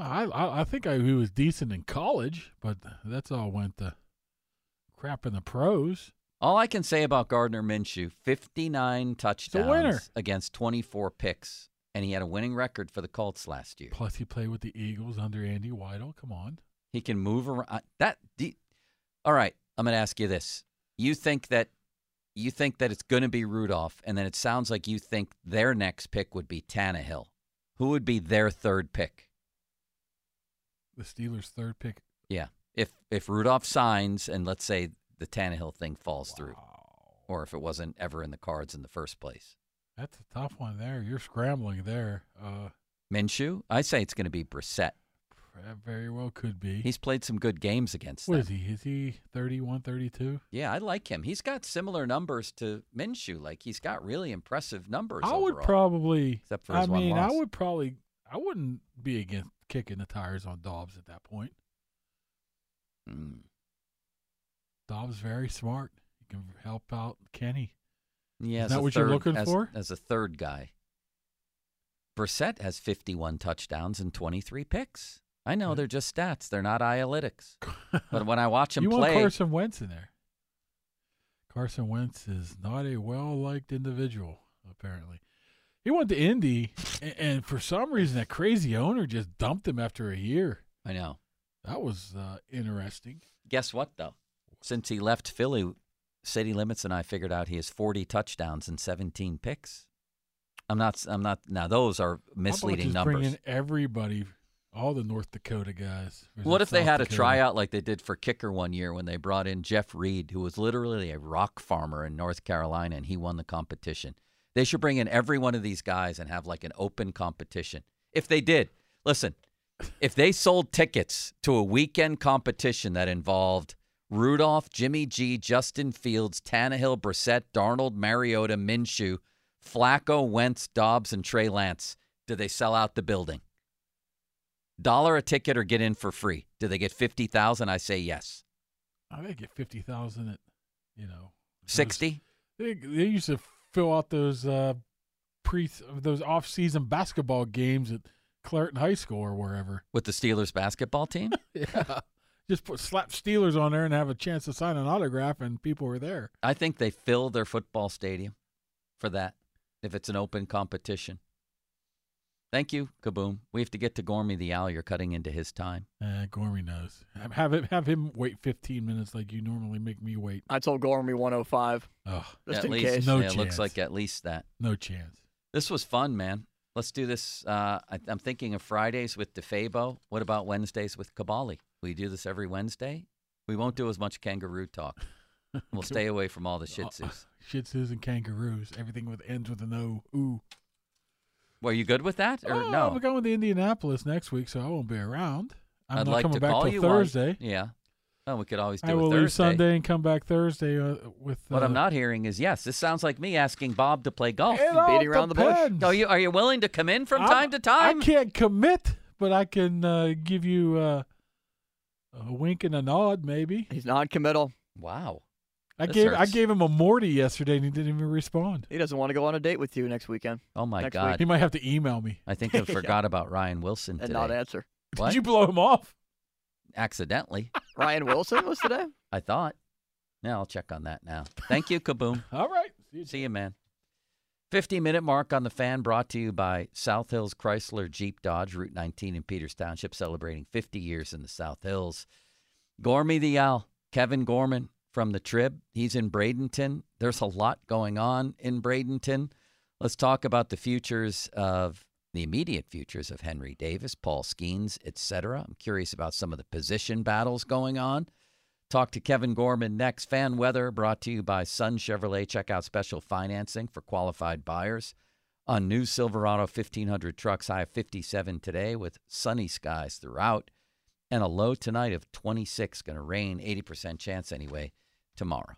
[SPEAKER 5] I, I I think I, he was decent in college, but that's all went to crap in the pros.
[SPEAKER 2] All I can say about Gardner Minshew, 59
[SPEAKER 5] winner.
[SPEAKER 2] touchdowns against 24 picks, and he had a winning record for the Colts last year.
[SPEAKER 5] Plus, he played with the Eagles under Andy Weidel. Come on,
[SPEAKER 2] He can move around. Uh, That the, all right. I'm going to ask you this: You think that you think that it's going to be Rudolph, and then it sounds like you think their next pick would be Tannehill. Who would be their third pick?
[SPEAKER 5] the Steelers' third pick.
[SPEAKER 2] Yeah, if if Rudolph signs, and let's say the Tannehill thing falls through,
[SPEAKER 5] Wow.
[SPEAKER 2] or if it wasn't ever in the cards in the first place.
[SPEAKER 5] That's a tough one there. You're scrambling there. Uh,
[SPEAKER 2] Minshew, I say it's going to be Brissett.
[SPEAKER 5] that very well could be.
[SPEAKER 2] He's played some good games against
[SPEAKER 5] what
[SPEAKER 2] them.
[SPEAKER 5] is he? Is he 31, 32?
[SPEAKER 2] Yeah, I like him. He's got similar numbers to Minshew. Like he's got really impressive numbers.
[SPEAKER 5] I would
[SPEAKER 2] overall.
[SPEAKER 5] probably.
[SPEAKER 2] Except for
[SPEAKER 5] I
[SPEAKER 2] his one
[SPEAKER 5] mean, I
[SPEAKER 2] loss.
[SPEAKER 5] would probably. I wouldn't be against kicking the tires on Dobbs at that point.
[SPEAKER 2] Mm.
[SPEAKER 5] Dobbs very smart. He can help out Kenny.
[SPEAKER 2] Yeah,
[SPEAKER 5] Is
[SPEAKER 2] as
[SPEAKER 5] that
[SPEAKER 2] a
[SPEAKER 5] what you're
[SPEAKER 2] third-
[SPEAKER 5] looking
[SPEAKER 2] as-
[SPEAKER 5] for?
[SPEAKER 2] As a third guy. Brissett has 51 touchdowns and 23 picks. I know
[SPEAKER 5] Yeah.
[SPEAKER 2] they're just stats; they're not analytics. But when I watch him
[SPEAKER 5] you want
[SPEAKER 2] play,
[SPEAKER 5] Carson Wentz in there. Carson Wentz is not a well liked individual, apparently. He went to Indy, and, and for some reason, that crazy owner just dumped him after a year.
[SPEAKER 2] I know.
[SPEAKER 5] That was uh, interesting.
[SPEAKER 2] Guess what, though? Since he left Philly, City Limits and I figured out he has 40 touchdowns and 17 picks. I'm not. I'm not. Now those are misleading
[SPEAKER 5] How
[SPEAKER 2] numbers.
[SPEAKER 5] about just Bringing everybody, all the North Dakota guys. Or is
[SPEAKER 2] What
[SPEAKER 5] it
[SPEAKER 2] if they
[SPEAKER 5] South
[SPEAKER 2] had a
[SPEAKER 5] Dakota?
[SPEAKER 2] tryout like they did for kicker one year when they brought in Jeff Reed, who was literally a rock farmer in North Carolina, and he won the competition? They should bring in every one of these guys and have like an open competition. If they did, listen, if they sold tickets to a weekend competition that involved Rudolph, Jimmy G, Justin Fields, Tannehill, Brissett, Darnold, Mariota, Minshew, Flacco, Wentz, Dobbs, and Trey Lance, do they sell out the building? dollar a ticket or get in for free. Do they get 50,000? I say yes.
[SPEAKER 5] I think get 50,000 at, you know, those-
[SPEAKER 2] 60?
[SPEAKER 5] They, they used to fill out those uh, pre those off season basketball games at Clareton High School or wherever.
[SPEAKER 2] With the Steelers basketball
[SPEAKER 4] (laughs)
[SPEAKER 2] team?
[SPEAKER 5] (laughs) Yeah. Just put slap Steelers on there and have a chance to sign an autograph, and people were there.
[SPEAKER 2] I think they fill their football stadium for that if it's an open competition. Thank you, Kaboom. We have to get to Gormy the Owl. You're cutting into his time.
[SPEAKER 5] Uh, Gormy knows. Have- Have him, have him wait 15 minutes like you normally make me wait.
[SPEAKER 4] I told Gormy 105.
[SPEAKER 5] Ugh,
[SPEAKER 4] Just
[SPEAKER 2] at
[SPEAKER 4] in
[SPEAKER 2] least,
[SPEAKER 4] case.
[SPEAKER 5] No
[SPEAKER 2] yeah, it looks
[SPEAKER 5] chance.
[SPEAKER 2] like at least that.
[SPEAKER 5] no chance.
[SPEAKER 2] This was fun, man. Let's do this. Uh, I, I'm thinking of Fridays with DeFabo. What about Wednesdays with Kabali? We do this every Wednesday. We won't do as much kangaroo
[SPEAKER 5] (laughs)
[SPEAKER 2] talk. We'll stay away from all the shih tzus.
[SPEAKER 5] Uh, Shih Tzus and kangaroos. Everything with ends with an O. Ooh.
[SPEAKER 2] Were you good with that or
[SPEAKER 5] oh,
[SPEAKER 2] no?
[SPEAKER 5] I'm going to Indianapolis next week, so I won't be around. I'm
[SPEAKER 2] would
[SPEAKER 5] not
[SPEAKER 2] like
[SPEAKER 5] coming
[SPEAKER 2] to
[SPEAKER 5] back
[SPEAKER 2] call
[SPEAKER 5] till
[SPEAKER 2] you on-
[SPEAKER 5] Thursday.
[SPEAKER 2] yeah. Oh, we could always do
[SPEAKER 5] I
[SPEAKER 2] a
[SPEAKER 5] will
[SPEAKER 2] Thursday.
[SPEAKER 5] leave Sunday and come back Thursday uh, with. Uh,
[SPEAKER 2] What I'm not hearing is yes. This sounds like me asking Bob to play golf.
[SPEAKER 5] It all
[SPEAKER 4] beating around the bush.
[SPEAKER 5] depends.
[SPEAKER 2] Are you are you willing to come in from
[SPEAKER 5] I'm-
[SPEAKER 2] time to time?
[SPEAKER 5] I can't commit, but I can uh, give you uh, a wink and a nod, maybe.
[SPEAKER 4] He's non-committal.
[SPEAKER 2] Wow.
[SPEAKER 5] I
[SPEAKER 2] This
[SPEAKER 5] gave I
[SPEAKER 2] hurts.
[SPEAKER 5] gave him a Morty yesterday, and he didn't even respond.
[SPEAKER 4] He doesn't want to go on a date with you next weekend
[SPEAKER 2] Oh my
[SPEAKER 4] Next week.
[SPEAKER 2] God.
[SPEAKER 5] He might have to email me.
[SPEAKER 2] I
[SPEAKER 4] (laughs)
[SPEAKER 2] think I
[SPEAKER 4] Yeah.
[SPEAKER 2] forgot about Ryan Wilson
[SPEAKER 4] and
[SPEAKER 2] today.
[SPEAKER 4] not answer.
[SPEAKER 2] What?
[SPEAKER 5] Did you blow him off?
[SPEAKER 2] Accidentally,
[SPEAKER 4] Ryan Wilson was today.
[SPEAKER 2] I thought. Now I'll check on that now. Thank you, Kaboom.
[SPEAKER 5] All right.
[SPEAKER 2] See you, man. 50 minute mark on the fan brought to you by South Hills Chrysler Jeep Dodge, Route 19 in Peters Township, celebrating 50 years in the South Hills. Gormy the Owl, Kevin Gorman from the Trib. He's in Bradenton. There's a lot going on in Bradenton. Let's talk about the futures of the immediate futures of Henry Davis, Paul Skeens, etc. I'm curious about some of the position battles going on. Talk to Kevin Gorman next. Fan weather brought to you by Sun Chevrolet. Check out special financing for qualified buyers on new Silverado 1500 trucks. High of 57 today with sunny skies throughout and a low tonight of 26. Going to rain, 80% chance anyway, tomorrow.